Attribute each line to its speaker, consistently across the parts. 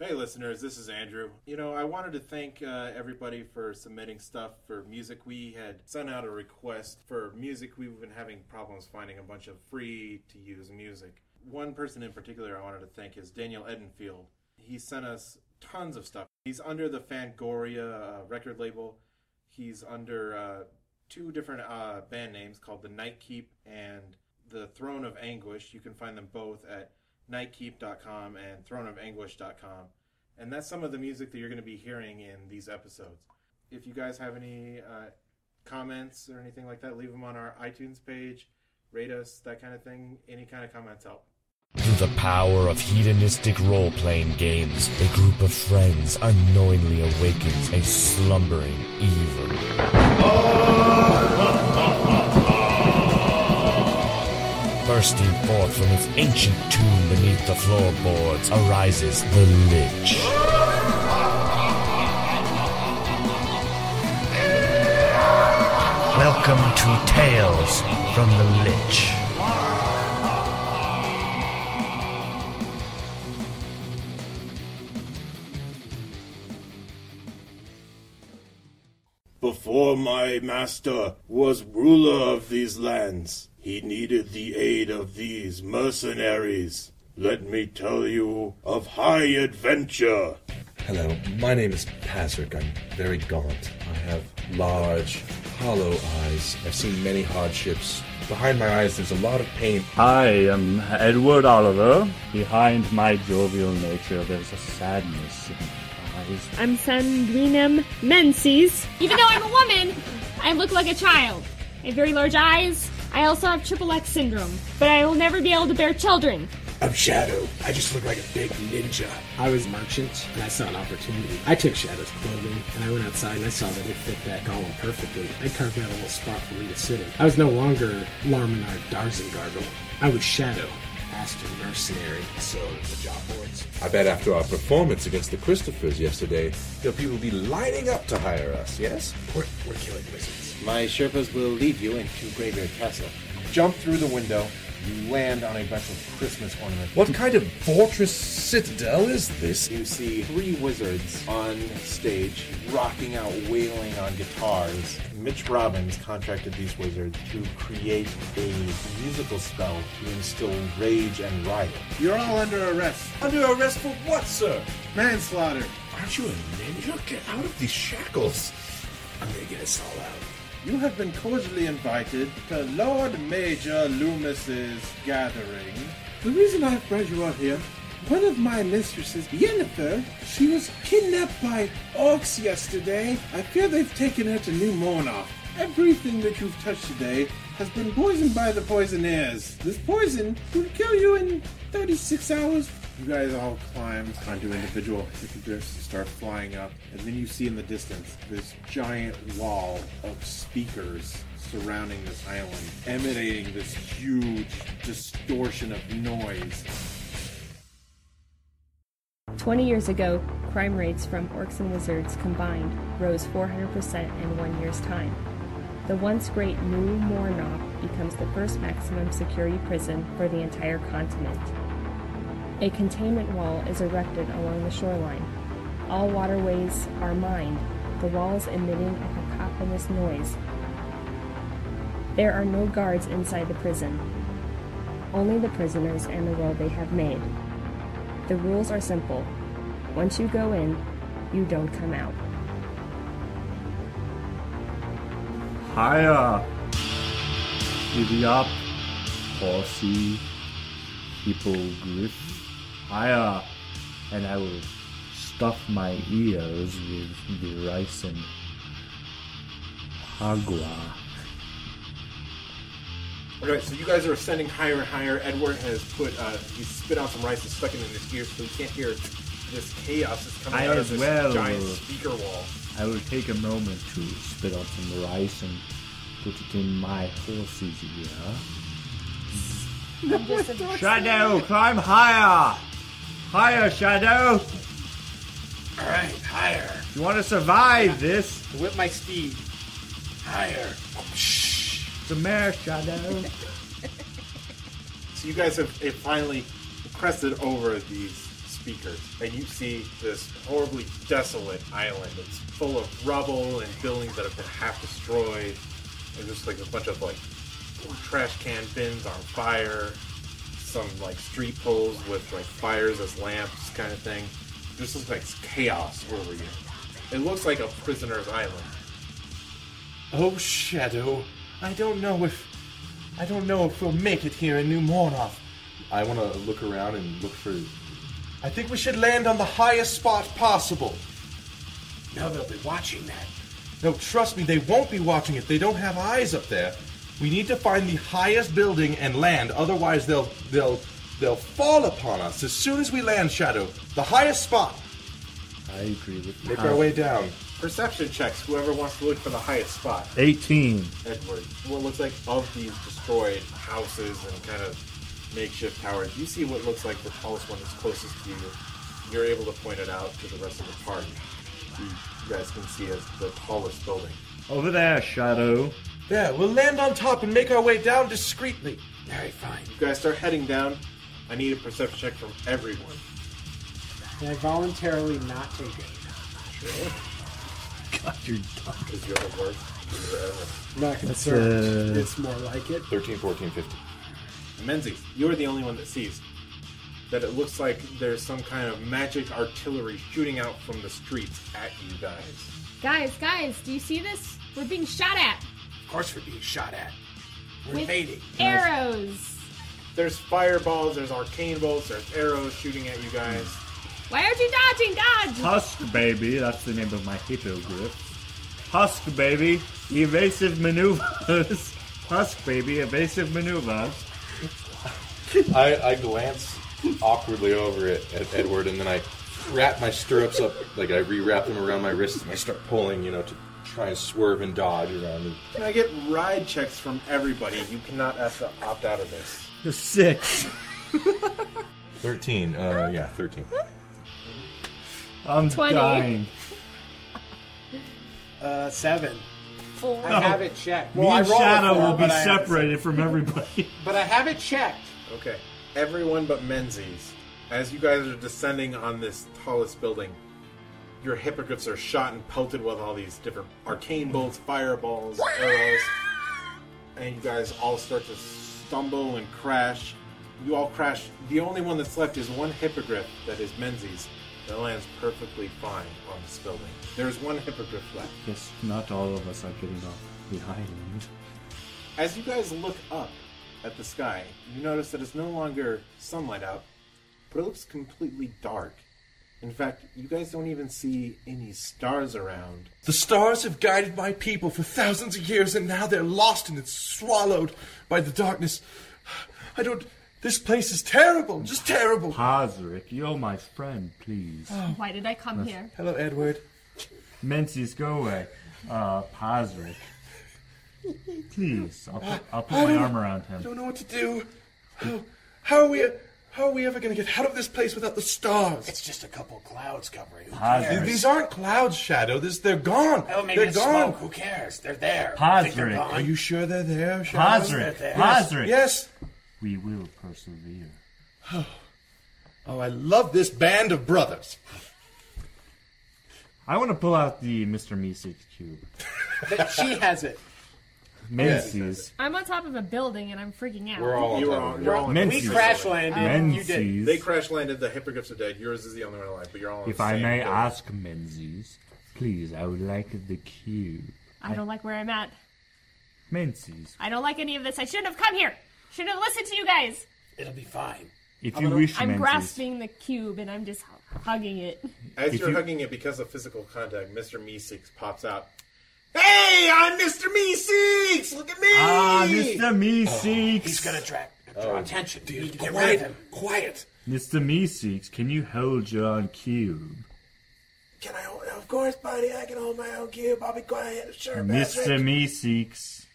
Speaker 1: Hey, listeners, this is Andrew. You know, I wanted to thank uh, everybody for submitting stuff for music. We had sent out a request for music. We've been having problems finding a bunch of free to use music. One person in particular I wanted to thank is Daniel Edenfield. He sent us tons of stuff. He's under the Fangoria uh, record label, he's under uh, two different uh, band names called The Night Keep and The Throne of Anguish. You can find them both at nightkeep.com and throneofanguish.com. And that's some of the music that you're going to be hearing in these episodes. If you guys have any uh, comments or anything like that, leave them on our iTunes page, rate us, that kind of thing. Any kind of comments help.
Speaker 2: Through the power of hedonistic role playing games, a group of friends unknowingly awakens a slumbering evil. Bursting forth from its ancient tomb beneath the floorboards arises the Lich. Welcome to Tales from the Lich.
Speaker 3: Before my master was ruler of these lands, he needed the aid of these mercenaries. Let me tell you of high adventure.
Speaker 4: Hello, my name is Pazric. I'm very gaunt. I have large, hollow eyes. I've seen many hardships. Behind my eyes, there's a lot of pain.
Speaker 5: I am Edward Oliver. Behind my jovial nature, there's a sadness in my eyes.
Speaker 6: I'm Sandrinam Menses. Even though I'm a woman, I look like a child. I have very large eyes. I also have triple X syndrome, but I will never be able to bear children.
Speaker 7: I'm Shadow. I just look like a big ninja. I was merchant, and I saw an opportunity. I took Shadow's clothing, and I went outside, and I saw that it fit that golem perfectly. I carved out a little spot for me to sit in. I was no longer Larminar Darzengargle. I was Shadow, master mercenary. So, the job boards.
Speaker 4: I bet after our performance against the Christophers yesterday, your people will be lining up to hire us, yes?
Speaker 7: We're, we're killing wizards.
Speaker 8: My Sherpas will lead you into Graveyard Castle. Jump through the window. You land on a bunch of Christmas ornaments.
Speaker 4: What kind of fortress citadel is this?
Speaker 8: You see three wizards on stage rocking out, wailing on guitars. Mitch Robbins contracted these wizards to create a musical spell to instill rage and riot.
Speaker 1: You're all under arrest.
Speaker 4: Under arrest for what, sir?
Speaker 1: Manslaughter.
Speaker 4: Aren't you a ninja? Get out of these shackles.
Speaker 7: I'm gonna get us all out.
Speaker 1: You have been cordially invited to Lord Major Loomis's gathering. The reason I've brought you out here, one of my mistresses, Yennefer, she was kidnapped by orcs yesterday. I fear they've taken her to New Morna. Everything that you've touched today has been poisoned by the poisoners. This poison will kill you in 36 hours. You guys all climb onto individual hippogriffs and start flying up, and then you see in the distance this giant wall of speakers surrounding this island, emanating this huge distortion of noise.
Speaker 9: 20 years ago, crime rates from orcs and wizards combined rose 400% in one year's time. The once great New Mornock becomes the first maximum security prison for the entire continent. A containment wall is erected along the shoreline. All waterways are mined, the walls emitting a cacophonous noise. There are no guards inside the prison, only the prisoners and the world they have made. The rules are simple once you go in, you don't come out.
Speaker 5: Higher! Giddy up, horsey, hippogriff, higher! And I will stuff my ears with the rice and hagua.
Speaker 1: Okay, so you guys are ascending higher and higher. Edward has put, uh, he spit out some rice and stuck it in his ear so he can't hear this chaos that's coming
Speaker 5: I
Speaker 1: out of
Speaker 5: as
Speaker 1: this
Speaker 5: well.
Speaker 1: giant speaker wall.
Speaker 5: I will take a moment to spit out some rice and put it in my horse's ear. Shadow, climb higher! Higher, Shadow!
Speaker 7: Alright, higher,
Speaker 5: You want to survive this?
Speaker 8: Whip my steed.
Speaker 7: higher.
Speaker 5: It's a mare, Shadow.
Speaker 1: So you guys have, have finally crested over these speaker, and you see this horribly desolate island. It's full of rubble and buildings that have been half destroyed, and just like a bunch of like trash can bins on fire, some like street poles with like fires as lamps, kind of thing. This looks like chaos over you. It looks like a prisoner's island.
Speaker 10: Oh, Shadow, I don't know if. I don't know if we'll make it here in New Mornoth. I want to uh, look around and look for. I think we should land on the highest spot possible.
Speaker 7: Now they'll be watching that.
Speaker 10: No, trust me, they won't be watching it. They don't have eyes up there. We need to find the highest building and land, otherwise they'll they'll they'll fall upon us as soon as we land, Shadow. The highest spot.
Speaker 5: I agree with
Speaker 10: Make our way down.
Speaker 1: Perception checks. Whoever wants to look for the highest spot.
Speaker 5: 18.
Speaker 1: Edward, what looks like of these destroyed houses and kind of makeshift towers, you see what looks like the tallest one that's closest to you. You're able to point it out to the rest of the party. You guys can see as the tallest building.
Speaker 5: Over there, Shadow.
Speaker 10: There, we'll land on top and make our way down discreetly.
Speaker 7: Very fine.
Speaker 1: You guys start heading down. I need a perception check from everyone.
Speaker 7: Can I voluntarily not take it?
Speaker 5: God, you're dumb.
Speaker 1: Because you're the worst. you're ever.
Speaker 7: Not
Speaker 5: That's,
Speaker 7: concerned.
Speaker 5: uh,
Speaker 7: It's more like it.
Speaker 4: 13, 14, 15.
Speaker 1: Menzies, you're the only one that sees that it looks like there's some kind of magic artillery shooting out from the streets at you guys.
Speaker 6: Guys, guys, do you see this? We're being shot at
Speaker 7: Of course, we're being shot at. We're
Speaker 6: With-
Speaker 7: invading.
Speaker 6: arrows.
Speaker 1: There's fireballs, there's arcane bolts, there's arrows shooting at you guys.
Speaker 6: Why aren't you dodging? Dodge!
Speaker 5: Husk Baby, that's the name of my hippo grip. Husk Baby, evasive maneuvers. Husk Baby, evasive maneuvers.
Speaker 4: I, I glance awkwardly over at, at Edward, and then I wrap my stirrups up, like I rewrap them around my wrists, and I start pulling, you know, to try and swerve and dodge around. And
Speaker 1: Can I get ride checks from everybody? You cannot ask to opt out of this.
Speaker 5: Six.
Speaker 4: thirteen, uh, yeah, thirteen.
Speaker 5: I'm
Speaker 6: Twenty.
Speaker 5: dying.
Speaker 7: Uh, seven.
Speaker 6: Four.
Speaker 7: I have it checked.
Speaker 5: Oh, Me
Speaker 7: I
Speaker 5: and
Speaker 7: rolled a
Speaker 5: Shadow
Speaker 7: four,
Speaker 5: will be
Speaker 7: but I-
Speaker 5: separated from everybody.
Speaker 7: But I have it checked.
Speaker 1: Okay. Everyone but Menzies. As you guys are descending on this tallest building, your hippogriffs are shot and pelted with all these different arcane bolts, fireballs, arrows, and you guys all start to stumble and crash. You all crash. The only one that's left is one hippogriff that is Menzies that lands perfectly fine on this building. There's one hippogriff left.
Speaker 5: Yes, not all of us are getting off behind.
Speaker 1: As you guys look up at the sky, you notice that it's no longer sunlight out, but it looks completely dark. In fact, you guys don't even see any stars around.
Speaker 10: The stars have guided my people for thousands of years, and now they're lost and it's swallowed by the darkness. I don't. This place is terrible, just terrible.
Speaker 5: Hazrick, you're my friend, please.
Speaker 6: Why did I come here?
Speaker 10: Hello, Edward.
Speaker 5: Menzies, go away. Uh, Hazrick. Please, I'll put, I'll put
Speaker 10: I
Speaker 5: my
Speaker 10: don't-
Speaker 5: arm around
Speaker 10: I
Speaker 5: him.
Speaker 10: don't know what to do. How, how are we? How are we ever going to get out of this place without the stars?
Speaker 7: It's just a couple clouds covering. Who
Speaker 5: Hazard.
Speaker 7: cares?
Speaker 10: These aren't clouds, Shadow. This, they're gone.
Speaker 7: Oh, maybe
Speaker 10: they're
Speaker 7: it's
Speaker 10: gone.
Speaker 7: smoke. Who cares? They're there.
Speaker 5: Hazard.
Speaker 7: Think they're gone.
Speaker 10: Are you sure they're there, Shadow?
Speaker 5: Hazrick,
Speaker 7: Yes.
Speaker 5: Hazrick.
Speaker 10: Yes.
Speaker 5: We will persevere.
Speaker 10: Oh, I love this band of brothers.
Speaker 5: I want to pull out the Mr. Meeseeks cube.
Speaker 7: But she has it.
Speaker 5: Menzies.
Speaker 6: I'm on top of a building and I'm freaking out.
Speaker 4: We're all on
Speaker 1: You
Speaker 4: top
Speaker 1: are
Speaker 4: of
Speaker 1: on.
Speaker 4: it.
Speaker 1: You're all on.
Speaker 5: Menzies.
Speaker 7: We crash landed. You did.
Speaker 5: Menzies.
Speaker 1: They crash landed. The hippogriffs are dead. Yours is the only one alive, but you're all. On
Speaker 5: If
Speaker 1: the
Speaker 5: I
Speaker 1: same
Speaker 5: may
Speaker 1: building.
Speaker 5: ask, Menzies, please, I would like the cube.
Speaker 6: I don't like where I'm at.
Speaker 5: Menzies,
Speaker 6: I don't like any of this. I shouldn't have come here. Shouldn't have listened to you guys.
Speaker 7: It'll be fine.
Speaker 5: if you wish,
Speaker 6: I'm
Speaker 5: Menzies.
Speaker 6: grasping the cube and I'm just hugging it.
Speaker 1: as
Speaker 5: if
Speaker 1: you're
Speaker 5: you-
Speaker 1: hugging it because of physical contact, Mr. Meeseeks pops out. Hey, I'm Mr. Meeseeks. Look at me.
Speaker 5: Ah, Mr.
Speaker 7: Oh, He's
Speaker 5: Meeseeks.
Speaker 7: gonna attract draw attention. We need to get rid
Speaker 10: Oh,
Speaker 7: of
Speaker 10: Quiet.
Speaker 7: him.
Speaker 10: Quiet.
Speaker 5: Mr. Meeseeks, can you hold your own cube?
Speaker 10: Can I? hold- Of course, buddy. I can hold my own cube. I'll be quiet. Sure,
Speaker 5: Mr. Meeseeks,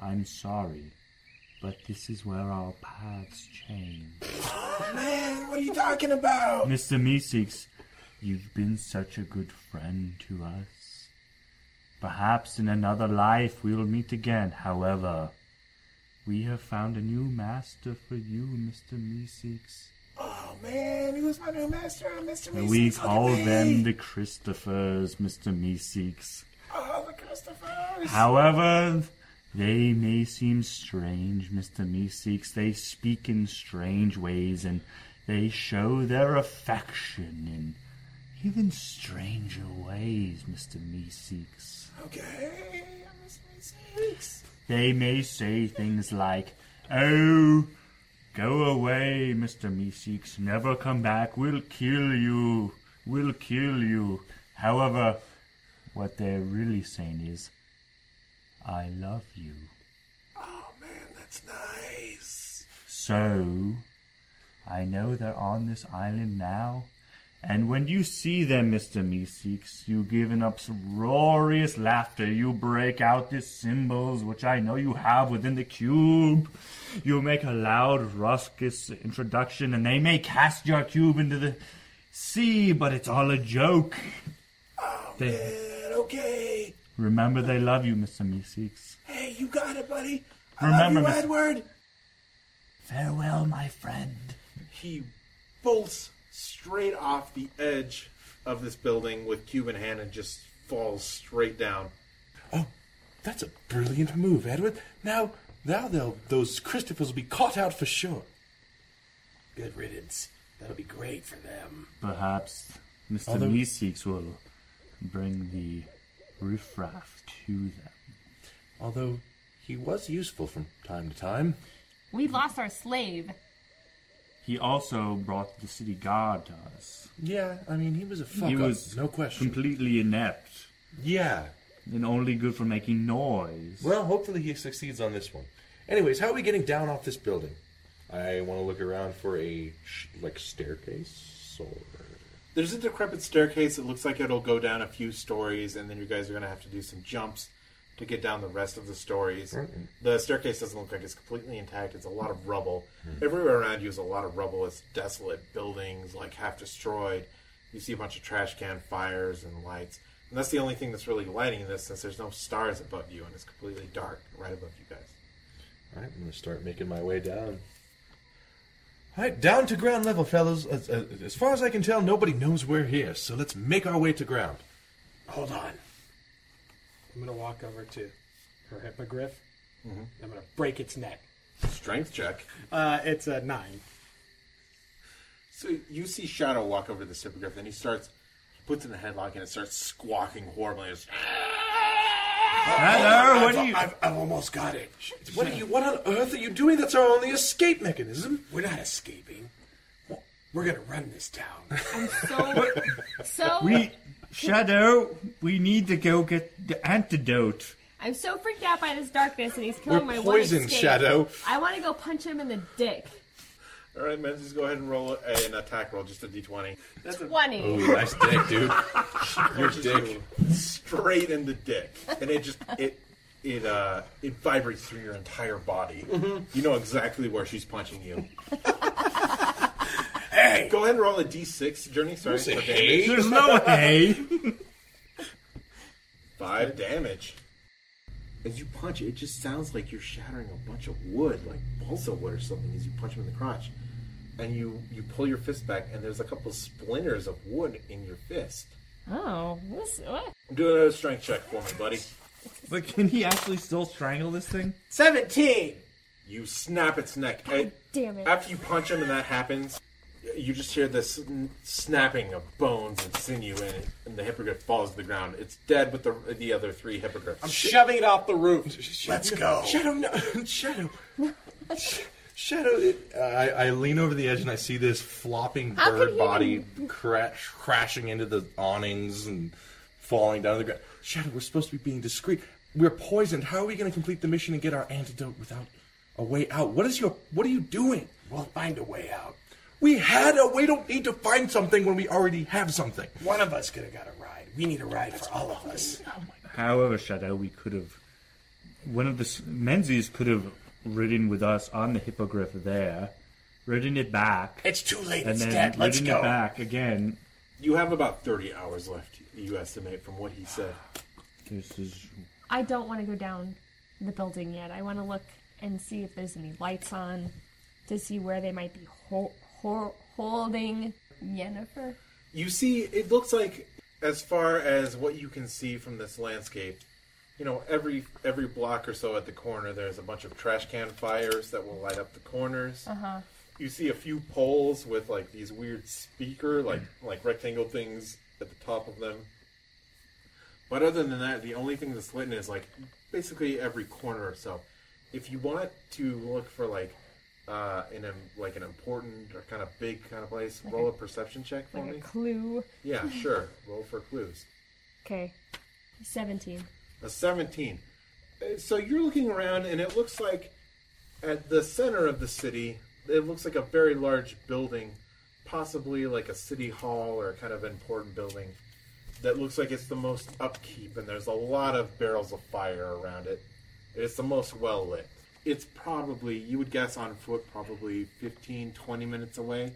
Speaker 5: I'm sorry, but this is where our paths change.
Speaker 10: Oh, Man, what are you talking about?
Speaker 5: Mr. Meeseeks, you've been such a good friend to us. Perhaps in another life we will meet again. However, we have found a new master for you, Mr. Meeseeks.
Speaker 10: Oh,
Speaker 11: Oh man, he was my new master, Mr. Meeseeks.
Speaker 5: we
Speaker 11: look at
Speaker 5: call
Speaker 11: me.
Speaker 5: them the Christophers, Mr. Meeseeks.
Speaker 11: Oh, the Christophers.
Speaker 5: However, they may seem strange, Mr. Meeseeks. They speak in strange ways and they show their affection in even stranger ways, Mr. Meeseeks.
Speaker 11: Okay, Mr. Meeseeks.
Speaker 5: They may say things like, Oh, go away, Mr. Meeseeks. Never come back. We'll kill you. We'll kill you. However, what they're really saying is, I love you.
Speaker 11: Oh man, that's nice.
Speaker 5: So, I know they're on this island now. And when you see them, Mr. Meeseeks, you give an uproarious laughter. You break out the cymbals, which I know you have within the cube. You make a loud, ruckus introduction, and they may cast your cube into the sea, but it's all a joke. They-
Speaker 11: Oh, Man, okay.
Speaker 5: remember they love you, Mr. Meeseeks.
Speaker 11: Hey, you got it, buddy. I
Speaker 5: Remember,
Speaker 11: love you,
Speaker 5: Mr.
Speaker 11: Edward.
Speaker 5: Farewell, my friend.
Speaker 1: He bolts straight off the edge of this building with cube in hand and just falls straight down.
Speaker 4: That's a brilliant move, Edward. Now, now they'll, those Christophers will be caught out for sure.
Speaker 7: Good riddance. That'll be great for them.
Speaker 5: Perhaps Mr.
Speaker 4: Although-
Speaker 5: Meeseeks will bring the riffraff to them.
Speaker 4: Although he was useful from time to time.
Speaker 12: We lost our slave.
Speaker 5: He also brought the city guard to us.
Speaker 4: Yeah, I mean, he was a fuck
Speaker 5: he
Speaker 4: up,
Speaker 5: was
Speaker 4: no question.
Speaker 5: completely inept
Speaker 4: yeah.
Speaker 5: and only good for making noise.
Speaker 4: Well, hopefully he succeeds on this one. Anyways, how are we getting down off this building? I want to look around for a sh- like staircase or
Speaker 1: There's a decrepit staircase that looks like it'll go down a few stories, and then you guys are going to have to do some jumps to get down the rest of the stories. The staircase doesn't look like it's completely intact. It's a lot of rubble. Everywhere around you is a lot of rubble. It's desolate buildings, like half destroyed. You see a bunch of trash can fires and lights. And that's the only thing that's really lighting this since there's no stars above you and it's completely dark right above you guys.
Speaker 4: All right, I'm gonna start making my way down. All right, down to ground level, fellas. As, as- as far as I can tell, nobody knows we're here, so let's make our way to ground.
Speaker 7: Hold on. I'm gonna walk over to her hippogriff. I'm gonna break its neck.
Speaker 1: Strength check.
Speaker 7: Uh, it's a nine.
Speaker 1: So you see Shadow walk over to the Hippogriff, and he starts, he puts it in a headlock and it starts squawking horribly. It's-
Speaker 5: Heather, what
Speaker 7: I've,
Speaker 5: do you?
Speaker 7: I've, I've almost got it.
Speaker 4: What are you? What on earth are you doing? That's our only escape mechanism.
Speaker 7: We're not escaping. We're gonna run this town.
Speaker 12: So, so
Speaker 5: We Shadow, we need to go get the antidote.
Speaker 12: I'm so freaked out by this darkness, and he's killing
Speaker 4: We're
Speaker 12: my
Speaker 4: poisoned,
Speaker 12: one escape.
Speaker 4: Shadow.
Speaker 12: I want to go punch him in the dick.
Speaker 1: All right, men, just go ahead and roll a, an attack roll, just a d20. That's a
Speaker 12: Twenty.
Speaker 4: Ooh, nice dick, dude. Your
Speaker 1: punches
Speaker 4: dick.
Speaker 1: you straight in the dick, and it just it it uh it vibrates through your entire body.
Speaker 7: Mm-hmm.
Speaker 1: You know exactly where she's punching you. hey, go ahead and roll a d6 journey. Sorry, for damage.
Speaker 5: There's no way.
Speaker 1: Five damage. As you punch, it just sounds like you're shattering a bunch of wood, like balsa wood or something, as you punch him in the crotch. And you, you pull your fist back, and there's a couple splinters of wood in your fist.
Speaker 12: Oh, this, what?
Speaker 1: Do another strength check for me, buddy.
Speaker 5: But can he actually still strangle this thing?
Speaker 7: Seventeen.
Speaker 1: You snap its neck. And
Speaker 12: damn it.
Speaker 1: After you punch him and that happens, you just hear this sn- snapping of bones and sinew, and, it, and the hippogriff falls to the ground. It's dead with the, the other three hippogriffs.
Speaker 7: Shoving it off the roof.
Speaker 11: Let's go.
Speaker 4: Shadow, no, Shadow. Sh- Shadow, it, I, I lean over the edge and I see this flopping
Speaker 12: How could
Speaker 4: bird
Speaker 12: he
Speaker 4: body crash, crashing into the awnings and falling down to the ground. Shadow, we're supposed to be being discreet. We're poisoned. How are we going to complete the mission and get our antidote without a way out? What is your? What are you doing?
Speaker 7: We'll find a way out.
Speaker 4: We had a. We don't need to find something when we already have something.
Speaker 7: One of us could have got a ride. We need a ride for all of us.
Speaker 5: However, Shadow, we could have. One of the s- Menzies could have ridden with us on the hippogriff there, ridden it back,
Speaker 7: It's too late.
Speaker 5: and
Speaker 7: It's
Speaker 5: then
Speaker 7: dead. Let's
Speaker 5: ridden it
Speaker 7: go.
Speaker 5: back again.
Speaker 1: You have about 30 hours left, you estimate, from what he said.
Speaker 5: This is
Speaker 12: I don't want to go down the building yet. I want to look and see if there's any lights on to see where they might be hor- hor-
Speaker 9: holding Yennefer.
Speaker 1: You see, it looks like, as far as what you can see from this landscape, you know, every every block or so at the corner, there's a bunch of trash can fires that will light up the corners.
Speaker 9: Uh-huh.
Speaker 1: You see a few poles with like these weird speaker, like like rectangle things at the top of them. But other than that, the only thing that's lit in is like basically every corner or so. If you want to look for like uh, in a like an important or kind of big kind of place, roll a, perception check for
Speaker 9: Like
Speaker 1: me.
Speaker 9: a clue.
Speaker 1: Yeah, sure. Roll for clues.
Speaker 9: Okay. 17.
Speaker 1: A 17. Uh, So you're looking around, and it looks like at the center of the city, it looks like a very large building, possibly like a city hall or kind of important building, that looks like it's the most upkeep, and there's a lot of barrels of fire around it. It's the most well lit. It's probably, you would guess on foot, probably 15, 20 minutes away.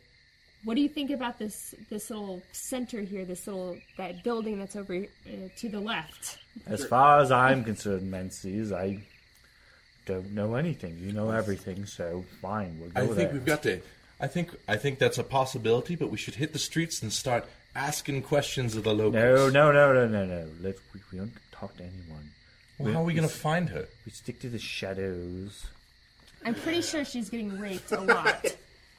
Speaker 9: What do you think about this this little center here? This little that building that's over uh, to the left.
Speaker 5: As far as I'm concerned, Menses, I don't know anything. You know everything, so fine, we'll go
Speaker 4: I think
Speaker 5: there.
Speaker 4: we've got to. I think I think that's a possibility, but we should hit the streets and start asking questions of the locals.
Speaker 5: No, no, no, no, no, no. Let's, we, we don't talk to anyone.
Speaker 4: Well, how are we gonna
Speaker 5: s-
Speaker 4: find her?
Speaker 5: We stick to the shadows.
Speaker 9: I'm pretty sure she's getting raped a lot.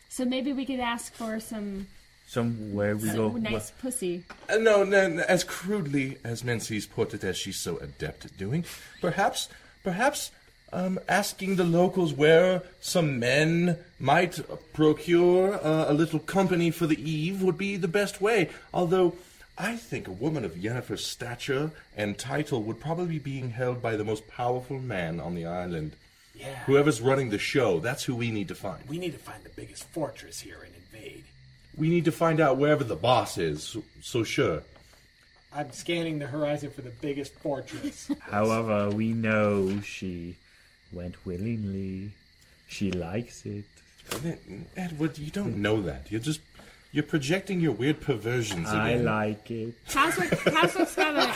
Speaker 9: so maybe we could ask for some,
Speaker 5: Somewhere we
Speaker 9: some
Speaker 5: go.
Speaker 9: nice pussy.
Speaker 4: Uh, No, no, no, as crudely as Menzies put it, as she's so adept at doing, perhaps, perhaps, um, asking the locals where some men might procure uh, a little company for the eve would be the best way. Although, I think a woman of Yennefer's stature and title would probably be being held by the most powerful man on the island.
Speaker 7: Yeah.
Speaker 4: Whoever's running the show, that's who we need to find.
Speaker 7: We need to find the biggest fortress here and invade.
Speaker 4: We need to find out wherever the boss is. So sure.
Speaker 7: I'm scanning the horizon for the biggest fortress.
Speaker 5: However, we know she went willingly. She likes it.
Speaker 4: Edward, you don't know that. You're just you're projecting your weird perversions.
Speaker 5: I
Speaker 4: again.
Speaker 5: like it.
Speaker 9: Pazlik, Pazlik's got a.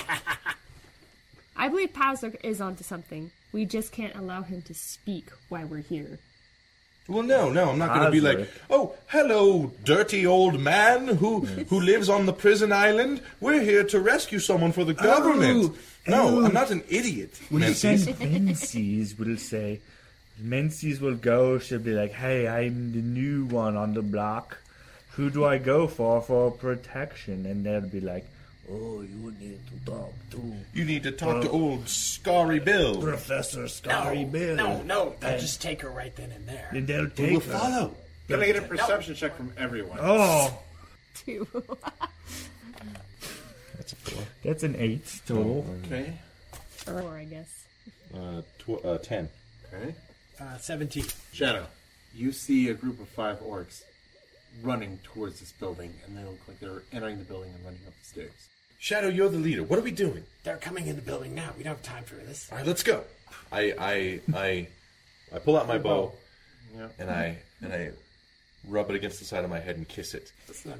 Speaker 9: I believe Pazlik is onto something. We just can't allow him to speak while we're here.
Speaker 4: Well, no, no, I'm not going to be like, oh, hello, dirty old man who who lives on the prison island. We're here to rescue someone for the government. no,
Speaker 5: oh.
Speaker 4: I'm not an idiot.
Speaker 5: Well,
Speaker 4: Nancy.
Speaker 5: then Menzies will say, Menzies will go. She'll be like, "Hey, I'm the new one on the block. Who do I go for for protection?" And they'll be like, "Oh, you need to talk to
Speaker 4: You need to talk to old Scary Bill.
Speaker 5: Professor Scary Bill."
Speaker 7: no, Oh, no, they'll
Speaker 5: And-
Speaker 7: just take her right then and there.
Speaker 5: And they'll
Speaker 4: We'll
Speaker 5: take her.
Speaker 4: follow.
Speaker 1: Can I get a perception check from everyone?
Speaker 5: Oh,
Speaker 9: Too.
Speaker 4: That's a four.
Speaker 5: that's an eight total.
Speaker 1: Okay.
Speaker 9: or, I guess.
Speaker 4: Uh, tw- uh, ten.
Speaker 1: Okay.
Speaker 7: Uh, 17.
Speaker 1: Shadow, you see a group of five orcs running towards this building, and they look like they're entering the building and running up the stairs.
Speaker 4: Shadow, you're the leader. What are we doing?
Speaker 7: They're coming in the building now. We don't have time for this.
Speaker 4: All right, let's go. I I I I pull out my bow, and I and I rub it against the side of my head and kiss it.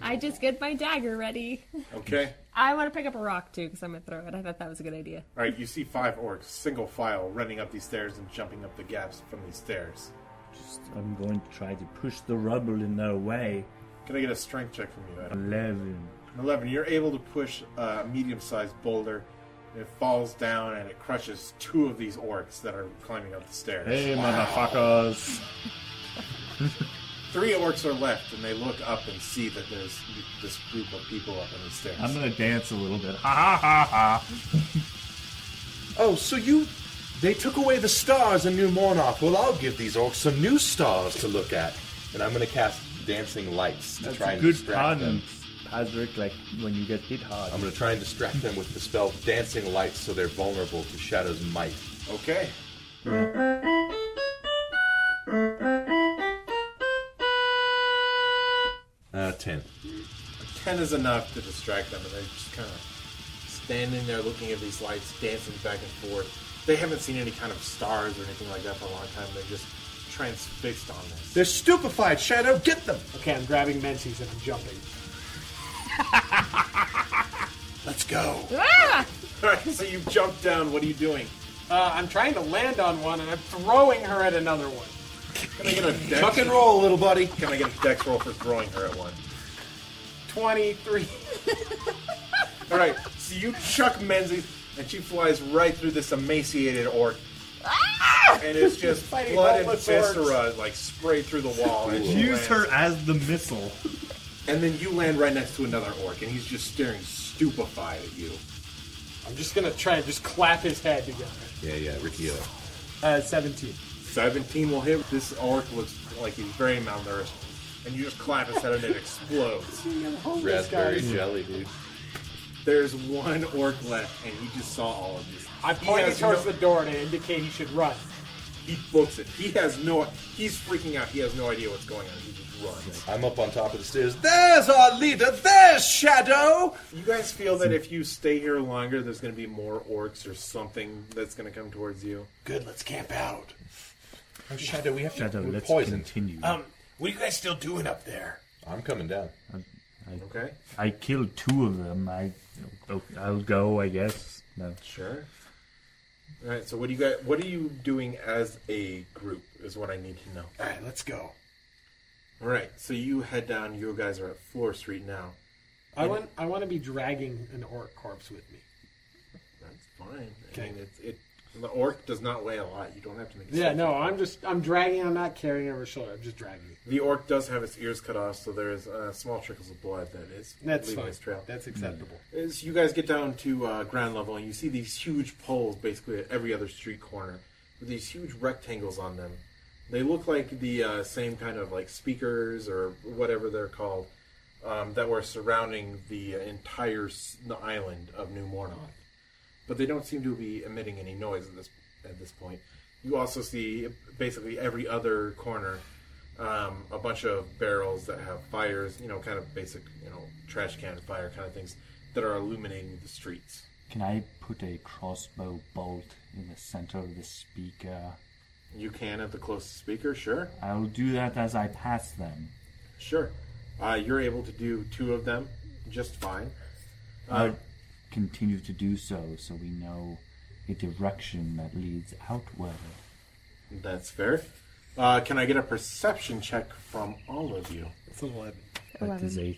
Speaker 9: I just get my dagger ready.
Speaker 1: Okay.
Speaker 9: I want to pick up a rock too because I'm gonna throw it. I thought that was a good idea.
Speaker 1: All right, you see five orcs, single file, running up these stairs and jumping up the gaps from these stairs.
Speaker 5: Just, I'm going to try to push the rubble in their way.
Speaker 1: Can I get a strength check from you, Adam?
Speaker 5: Eleven.
Speaker 1: An 11. You're able to push a medium sized boulder, and it falls down and it crushes two of these orcs that are climbing up the stairs.
Speaker 5: Hey, motherfuckers!
Speaker 1: Three orcs are left, and they look up and see that there's this group of people up on the stairs.
Speaker 5: I'm gonna dance a little bit. Ha ha ha ha.
Speaker 4: Oh, so you? They took away the stars in New Mornoth. Well, I'll give these orcs some new stars to look at, and I'm gonna cast dancing lights to
Speaker 5: That's
Speaker 4: try
Speaker 5: a
Speaker 4: and
Speaker 5: good
Speaker 4: distract
Speaker 5: pun,
Speaker 4: them.
Speaker 5: Patrick. Like when you get hit hard.
Speaker 4: I'm gonna try and distract them with the spell dancing lights, so they're vulnerable to Shadow's might.
Speaker 1: Okay.
Speaker 4: Uh, ten.
Speaker 1: 10 is enough to distract them, and they're just kind of standing there looking at these lights, dancing back and forth. They haven't seen any kind of stars or anything like that for a long time. They're just transfixed on this.
Speaker 4: They're stupefied. Shadow, get them.
Speaker 7: Okay, I'm grabbing Menzies and I'm jumping.
Speaker 4: Let's go.
Speaker 1: Alright, so you jump down. What are you doing?
Speaker 7: Uh, I'm trying to land on one and I'm throwing her at another one.
Speaker 1: Can I get a dex?
Speaker 4: Tuck and roll, little buddy.
Speaker 1: Can I get a dex roll for throwing her at one?
Speaker 8: 23.
Speaker 1: All right, so you chuck Menzies, and she flies right through this emaciated orc. And it's just
Speaker 8: Ah! Fighting
Speaker 1: blood and
Speaker 8: homeless orcs.
Speaker 1: viscera like sprayed through the wall. And she
Speaker 5: Use
Speaker 1: lands.
Speaker 5: her as the missile.
Speaker 1: And then you land right next to another orc, and he's just staring stupefied at you.
Speaker 8: I'm just gonna try and just clap his head together.
Speaker 4: Yeah, yeah, Ricky. Uh,
Speaker 8: Uh, 17.
Speaker 1: 17 will hit. This orc looks like he's very malnourished. And you just clap his head, and it explodes.
Speaker 5: Oh,
Speaker 4: raspberry jelly, dude.
Speaker 1: There's one orc left, and he just saw all of this.
Speaker 8: I'm
Speaker 1: He
Speaker 8: pointing
Speaker 1: has
Speaker 8: towards
Speaker 1: no-
Speaker 8: the door to indicate he should run.
Speaker 1: He books it. He has no. He's freaking out. He has no idea what's going on. He just runs.
Speaker 4: I'm up on top of the stairs. There's our leader. There's Shadow.
Speaker 1: You guys feel that if you stay here longer, there's going to be more orcs or something that's going to come towards you.
Speaker 10: Good, let's camp out.
Speaker 4: Oh, Shadow, we have
Speaker 5: Shadow,
Speaker 4: to. We're
Speaker 5: let's
Speaker 4: poisoned.
Speaker 5: continue.
Speaker 10: Um, what are you guys still doing up there?
Speaker 4: I'm coming down.
Speaker 1: Okay.
Speaker 5: I killed two of them. I, okay, I'll go, I guess. No.
Speaker 1: Sure. All right. So what do you guys? What are you doing as a group? Is what I need to know.
Speaker 10: All right, let's go.
Speaker 1: All right. So you head down. You guys are at Floor Street now.
Speaker 8: I want I want to be dragging an orc corpse with me.
Speaker 1: That's fine. I mean, it's it. The orc does not weigh a lot. You don't have to make. a
Speaker 8: Yeah,
Speaker 1: save.
Speaker 8: no, I'm just I'm dragging. I'm not carrying over his shoulder. I'm just dragging.
Speaker 1: The orc does have its ears cut off, so there is uh, small trickles of blood that is
Speaker 8: That's
Speaker 1: leaving
Speaker 8: fine.
Speaker 1: his trail.
Speaker 8: That's acceptable.
Speaker 1: As you guys get down to uh, ground level, and you see these huge poles basically at every other street corner with these huge rectangles on them. They look like the uh, same kind of like speakers or whatever they're called um, that were surrounding the entire s- the island of New Mornoth. But they don't seem to be emitting any noise at this at this point. You also see basically every other corner um, a bunch of barrels that have fires, you know, kind of basic, you know, trash can fire kind of things that are illuminating the streets.
Speaker 5: Can I put a crossbow bolt in the center of the speaker?
Speaker 1: You can at the closest speaker, sure,
Speaker 5: I'll do that as I pass them.
Speaker 1: sure. Uh, you're able to do two of them just fine. Uh,
Speaker 5: I'll continue to do so, so we know a direction that leads outward.
Speaker 1: That's fair. Uh, can I get a perception check from all of you?
Speaker 8: It's a eleven.
Speaker 5: That is a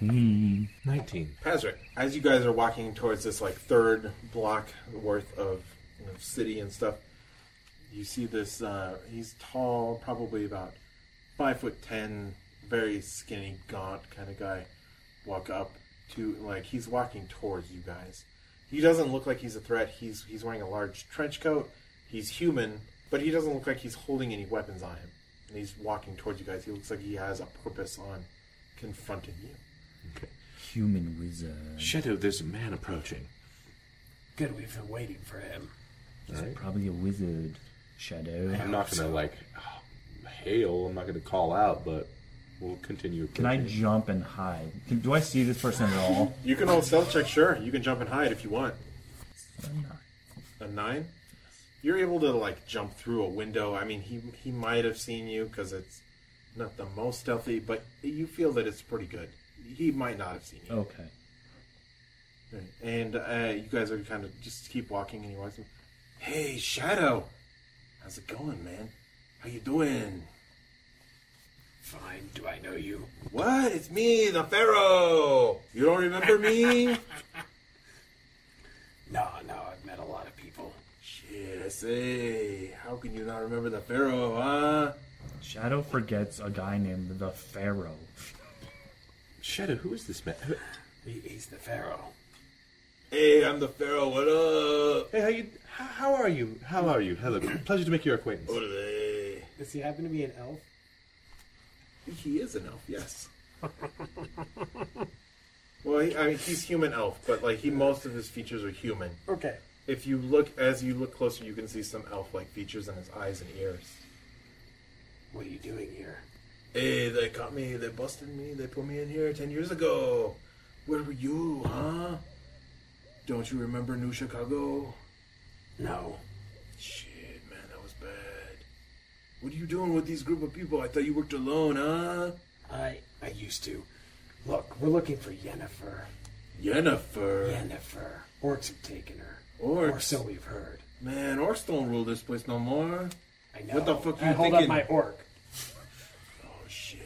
Speaker 5: 13.
Speaker 4: 19.
Speaker 1: Pazric, as you guys are walking towards this like third block worth of you know, city and stuff, you see this. Uh, he's tall, probably about five foot ten, very skinny, gaunt kind of guy. Walk up to like he's walking towards you guys. He doesn't look like he's a threat. He's he's wearing a large trench coat. He's human, but he doesn't look like he's holding any weapons on him. And he's walking towards you guys. He looks like he has a purpose on confronting you.
Speaker 5: Human wizard.
Speaker 4: Shadow, there's a man approaching.
Speaker 7: Good, we've been waiting for him.
Speaker 5: He's probably a wizard. Shadow.
Speaker 4: I'm not gonna like hail. I'm not gonna call out, but we'll continue.
Speaker 5: Can I
Speaker 4: approaching.
Speaker 5: jump and hide? Can, do I see this person at all?
Speaker 1: You can roll stealth check, sure. You can jump and hide if you want.
Speaker 5: I'm not.
Speaker 1: A nine. You're able to like jump through a window. I mean, he he might have seen you because it's not the most stealthy, but you feel that it's pretty good. He might not have seen you.
Speaker 5: Okay.
Speaker 1: And uh, you guys are kind of just keep walking, and he walks. in. Hey, Shadow, how's it going, man? How you doing?
Speaker 7: Fine, do I know you?
Speaker 1: What? It's me, the Pharaoh. You don't remember me?
Speaker 7: No, no, I've met a lot of people.
Speaker 1: Shit, I say. How can you not remember the Pharaoh, huh?
Speaker 5: Shadow forgets a guy named the Pharaoh.
Speaker 4: Shadow, who is this man? Who-
Speaker 7: He, he's the Pharaoh.
Speaker 1: Hey, I'm the Pharaoh. What up?
Speaker 4: Hey, how you? How, how are you? How are you? Hello, pleasure to make your acquaintance.
Speaker 1: What are they?
Speaker 8: Does he happen to be an elf?
Speaker 1: He is an elf, yes. well, he, I mean, he's human elf, but like he, most of his features are human.
Speaker 8: Okay.
Speaker 1: If you look as you look closer, you can see some elf-like features in his eyes and ears.
Speaker 7: What are you doing here?
Speaker 1: Hey, they caught me. They busted me. They put me in here ten years ago. Where were you, huh? Don't you remember New Chicago?
Speaker 7: No.
Speaker 1: Shit, man, that was bad. What are you doing with these group of people? I thought you worked alone, huh?
Speaker 7: I I used to. Look, we're looking for Yennefer.
Speaker 1: Yennefer.
Speaker 7: Yennefer. Orcs have taken her.
Speaker 1: Orcs.
Speaker 7: Or so we've heard.
Speaker 1: Man, orcs don't rule this place no more.
Speaker 7: I
Speaker 1: What the fuck
Speaker 7: I
Speaker 1: are you
Speaker 7: hold
Speaker 1: thinking?
Speaker 7: up my orc.
Speaker 1: Oh,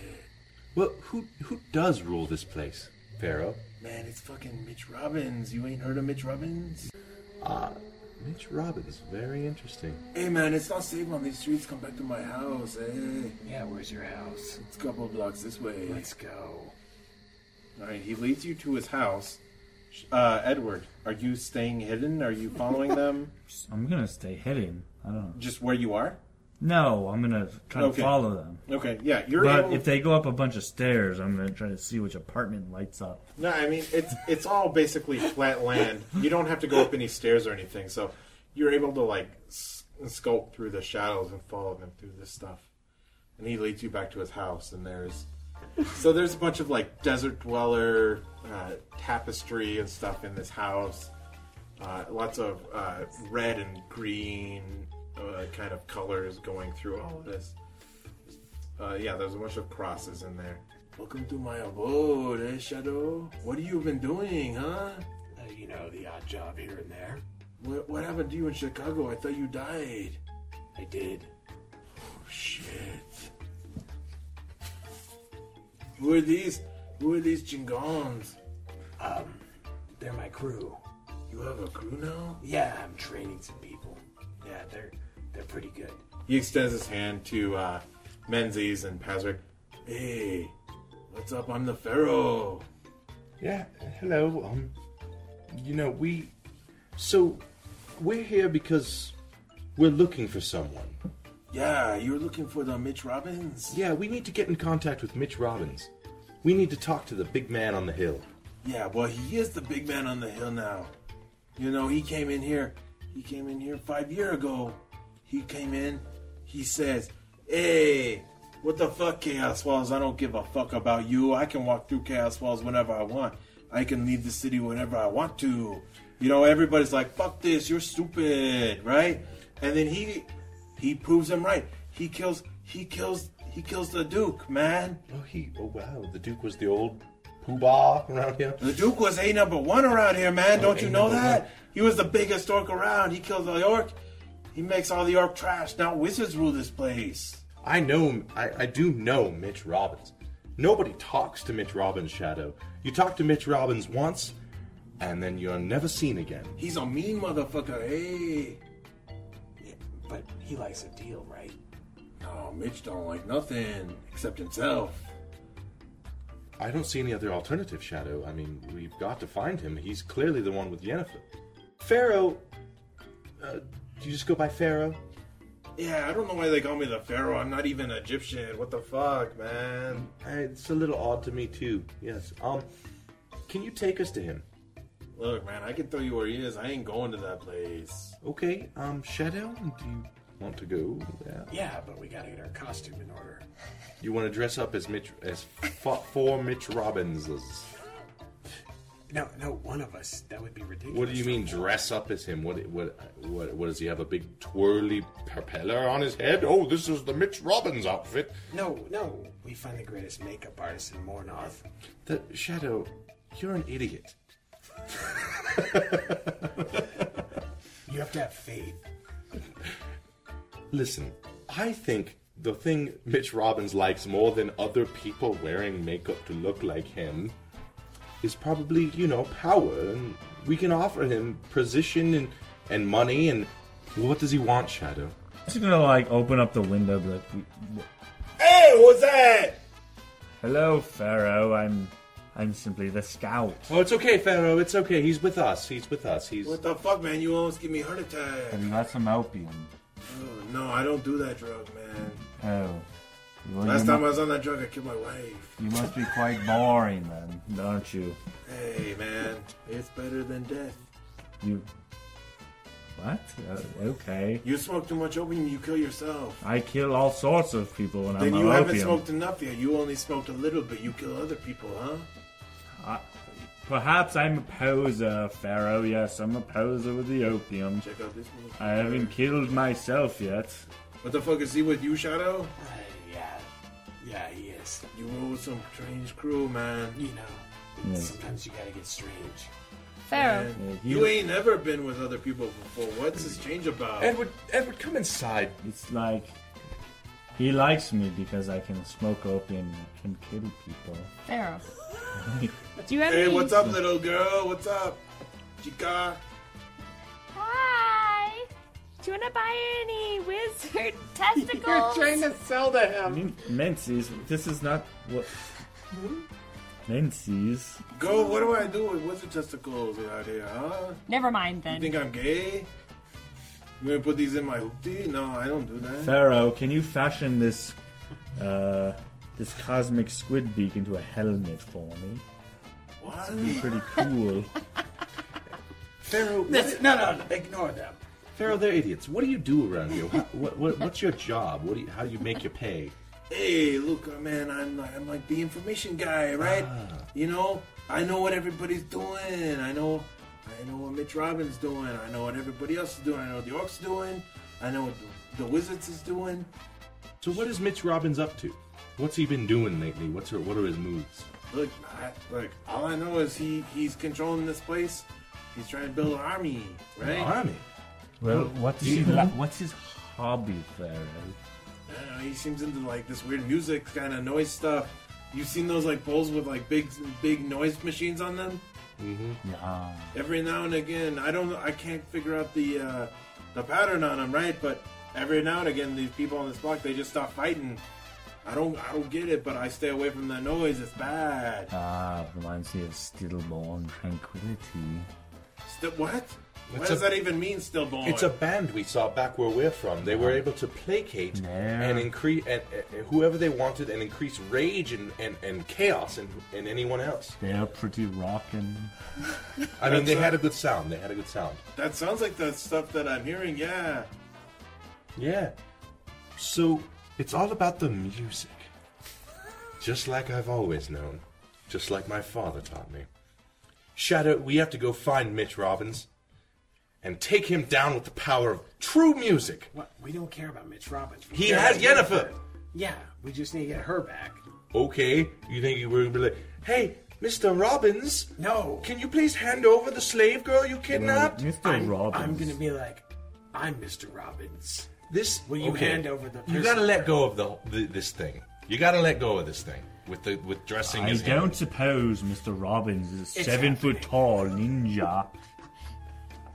Speaker 4: Well, who who does rule this place, Pharaoh?
Speaker 1: Man, it's fucking Mitch Robbins. You ain't heard of Mitch Robbins?
Speaker 4: Ah, Mitch Robbins. Very interesting.
Speaker 1: Hey man, it's not safe on these streets. Come back to my house, eh?
Speaker 7: Yeah, where's your house?
Speaker 1: It's a couple blocks this way.
Speaker 7: Let's go.
Speaker 1: All right, he leads you to his house. Sh- Uh, Edward, are you staying hidden? Are you following them?
Speaker 5: I'm gonna stay hidden. I don't know.
Speaker 1: Just where you are?
Speaker 5: No, I'm gonna try to
Speaker 1: Okay.
Speaker 5: follow them.
Speaker 1: Okay, yeah, you're
Speaker 5: but
Speaker 1: able-
Speaker 5: if they go up a bunch of stairs, I'm gonna try to see which apartment lights up.
Speaker 1: No, I mean it's it's all basically flat land. You don't have to go up any stairs or anything, so you're able to like s- sculpt through the shadows and follow them through this stuff. And he leads you back to his house, and there's so there's a bunch of like desert dweller uh, tapestry and stuff in this house. Uh, lots of uh, red and green uh, kind of colors going through all of this. Uh, yeah, there's a bunch of crosses in there. Welcome to my abode, eh, Shadow? What have you been doing, huh?
Speaker 7: Uh, you know, the odd job here and there.
Speaker 1: What, what happened to you in Chicago? I thought you died. Oh,
Speaker 7: I did.
Speaker 1: Shit. Who are these? Who are these chingons?
Speaker 7: Um, they're my crew.
Speaker 1: You have a crew now?
Speaker 7: Yeah, I'm training some people. Yeah, they're they're pretty good.
Speaker 1: He extends his hand to uh, Menzies and Pazrick. Hey, what's up? I'm the Pharaoh.
Speaker 4: Yeah. Hello. Um. You know we. So, we're here because we're looking for someone.
Speaker 1: Yeah, you're looking for the Mitch Robbins?
Speaker 4: Yeah, we need to get in contact with Mitch Robbins. We need to talk to the big man on the hill.
Speaker 1: Yeah, well, he is the big man on the hill now. You know, he came in here. He came in here five year ago. He came in. He says, "Hey, what the fuck, Chaos Walls? I don't give a fuck about you. I can walk through Chaos Walls whenever I want. I can leave the city whenever I want to." You know, everybody's like, "Fuck this! You're stupid," right? And then he he proves them right. He kills. He kills. He kills the Duke, man.
Speaker 4: Oh, he. Oh, wow. The Duke was the old poobah around here.
Speaker 1: The Duke was A number one around here,
Speaker 7: Oh,
Speaker 1: man. Don't
Speaker 4: A
Speaker 1: you know
Speaker 4: number
Speaker 1: that?
Speaker 4: one.
Speaker 1: He was the biggest orc around. He killed the orc. He makes all the orc trash. Now wizards rule this place.
Speaker 4: I know, I, I do know Mitch Robbins. Nobody talks to Mitch Robbins' shadow. You talk to Mitch Robbins once, and then you're never seen again.
Speaker 1: He's a mean motherfucker, eh? hey.
Speaker 7: Yeah, but he likes a deal, right?
Speaker 1: No, Mitch don't like nothing except himself.
Speaker 4: I don't see any other alternative shadow. I mean, we've got to find him. He's clearly the one with Yennefer. Pharaoh. Uh, do you just go by Pharaoh?
Speaker 1: Yeah, I don't know why they call me the Pharaoh. I'm not even Egyptian. What the fuck, man?
Speaker 4: Uh, it's a little odd to me, too. Yes. Um, can you take us to him?
Speaker 1: Look, man, I can tell you where he is. I ain't going to that place.
Speaker 4: Okay, um, Shadow, do you want to go there?
Speaker 7: Yeah, but we gotta get our costume in order.
Speaker 4: You want to dress up as Mitch, as f- for Mitch Robbins.
Speaker 7: No, no, one of us. That would be ridiculous.
Speaker 4: What do you mean dress up as him? What what what, what does he have? A big twirly propeller on his head? Oh, this is the Mitch Robbins outfit.
Speaker 7: No, no. We find the greatest makeup artist in Mornoth.
Speaker 4: The Shadow, you're an idiot.
Speaker 7: You have to have faith.
Speaker 4: Listen, I think the thing Mitch Robbins likes more than other people wearing makeup to look like him is probably, you know, power. And we can offer him position and, and money. And what does he want, Shadow?
Speaker 5: I'm just gonna like open up the window, but like, we-
Speaker 1: Hey, what's that?
Speaker 5: hello, Pharaoh. I'm, I'm simply the scout.
Speaker 4: Oh, it's okay, Pharaoh. It's okay. He's with us. He's with us. He's.
Speaker 1: What the fuck, man? You almost give me a heart attack.
Speaker 5: Have you got some opium?
Speaker 1: Oh, no, I don't do that drug, man.
Speaker 5: Oh, well,
Speaker 1: Last
Speaker 5: you,
Speaker 1: time I
Speaker 5: mu-
Speaker 1: was on that drug, I killed my wife.
Speaker 5: you must be quite boring, then, don't you?
Speaker 1: Hey, man, it's better than death.
Speaker 5: You, what? Uh, okay.
Speaker 1: You smoke too much opium, you kill yourself.
Speaker 5: I kill all sorts of people when
Speaker 1: then
Speaker 5: I'm
Speaker 1: you
Speaker 5: on
Speaker 1: haven't
Speaker 5: opium.
Speaker 1: smoked enough yet. You only smoked a little bit. You kill other people, huh?
Speaker 5: I, perhaps I'm a poser, Pharaoh. Yes, I'm a poser with the opium.
Speaker 1: Check out this one.
Speaker 5: I haven't killed myself yet.
Speaker 1: What the fuck is he with you, Shadow?
Speaker 7: Uh, yeah, yeah, he is.
Speaker 1: You roll with some strange crew, man.
Speaker 7: You know,
Speaker 5: Yeah.
Speaker 7: sometimes you gotta get strange.
Speaker 9: Pharaoh,
Speaker 5: Yeah, he-
Speaker 1: You ain't ever been with other people before. What's this change about?
Speaker 4: Edward, Edward, come inside.
Speaker 5: It's like He likes me because I can smoke opium and can kill people.
Speaker 9: Pharaoh. Do you have
Speaker 1: Hey,
Speaker 9: any-
Speaker 1: what's up, little girl? What's up? Chica?
Speaker 6: Hi. Do you want to buy any wizard testicles?
Speaker 7: sell to him.
Speaker 5: Menses, this is not what. Menses.
Speaker 1: Go, what do I do with wizard testicles out here, huh?
Speaker 6: Never mind
Speaker 1: You
Speaker 6: then.
Speaker 1: think I'm gay? You gonna put these in my hoopty? No, I don't do that.
Speaker 5: Pharaoh, can you fashion this, uh, this cosmic squid beak into a helmet for me?
Speaker 1: What?
Speaker 5: It'd be pretty cool.
Speaker 1: Pharaoh,
Speaker 4: That's-
Speaker 1: what-
Speaker 4: no, no,
Speaker 1: ignore them.
Speaker 4: Pharaoh, they're idiots. What do you do around here? What, what, what, what's your job? What do you, how do you make your pay?
Speaker 1: Hey, look, uh, man, I'm like, I'm like the information guy,
Speaker 4: Ah.
Speaker 1: right? You know, I know what everybody's doing. I know, I know what Mitch Robbins doing. I know what everybody else is doing. I know what the orcs doing. I know what the, the wizards is doing.
Speaker 4: So what is Mitch Robbins up to? What's he been doing lately? What's her, what are his moves?
Speaker 1: Look, I, look, all I know is he he's controlling this place. He's trying to build an army, right?
Speaker 4: The army.
Speaker 5: Well, what does he
Speaker 4: Mhm.
Speaker 5: li- what's his hobby,
Speaker 1: I
Speaker 5: Pharaoh?
Speaker 1: don't know, Uh, he seems into like this weird music kind of noise stuff. You've seen those like bowls with like big big noise machines on them.
Speaker 5: Yeah.
Speaker 1: Every now and again, I don't, I can't figure out the uh, the pattern on them, right? But every now and again, these people on this block they just stop fighting. I don't, I don't get it, but I stay away from the noise. It's bad.
Speaker 5: Ah, reminds me of stillborn tranquility.
Speaker 1: St- what? What
Speaker 4: It's
Speaker 1: does
Speaker 4: a-
Speaker 1: that even mean, stillborn?
Speaker 4: It's a band we saw back where we're from. They were able to placate and increase and, and whoever they wanted and increase rage and, and, and chaos and, and anyone else.
Speaker 5: They are pretty rockin'.
Speaker 4: I mean, they
Speaker 1: That's
Speaker 4: had a good sound. They had a good sound.
Speaker 1: That sounds like the stuff that I'm hearing. Yeah.
Speaker 4: Yeah. So it's all about the music. Just like I've always known. Just like my father taught me. Shadow, we have to go find Mitch Robbins and take him down with the power of true music.
Speaker 7: What? We don't care about Mitch Robbins. We
Speaker 4: He
Speaker 7: care
Speaker 4: has
Speaker 7: about Jennifer.
Speaker 4: Yennefer.
Speaker 7: Yeah, we just need to get her back.
Speaker 4: Okay, you think you were gonna be like, hey, Mr. Robbins,
Speaker 7: No,
Speaker 4: can you please hand over the slave girl you kidnapped?
Speaker 5: Mr.
Speaker 7: I'm,
Speaker 5: Robbins.
Speaker 7: I'm gonna be like, I'm Mr. Robbins.
Speaker 4: This
Speaker 7: Will you hand over the
Speaker 4: You
Speaker 7: person-
Speaker 4: gotta let go of the, whole- the this thing. You gotta let go of this thing with the with dressing.
Speaker 5: I
Speaker 4: his hand.
Speaker 5: don't suppose Mr. Robbins is a seven foot tall ninja.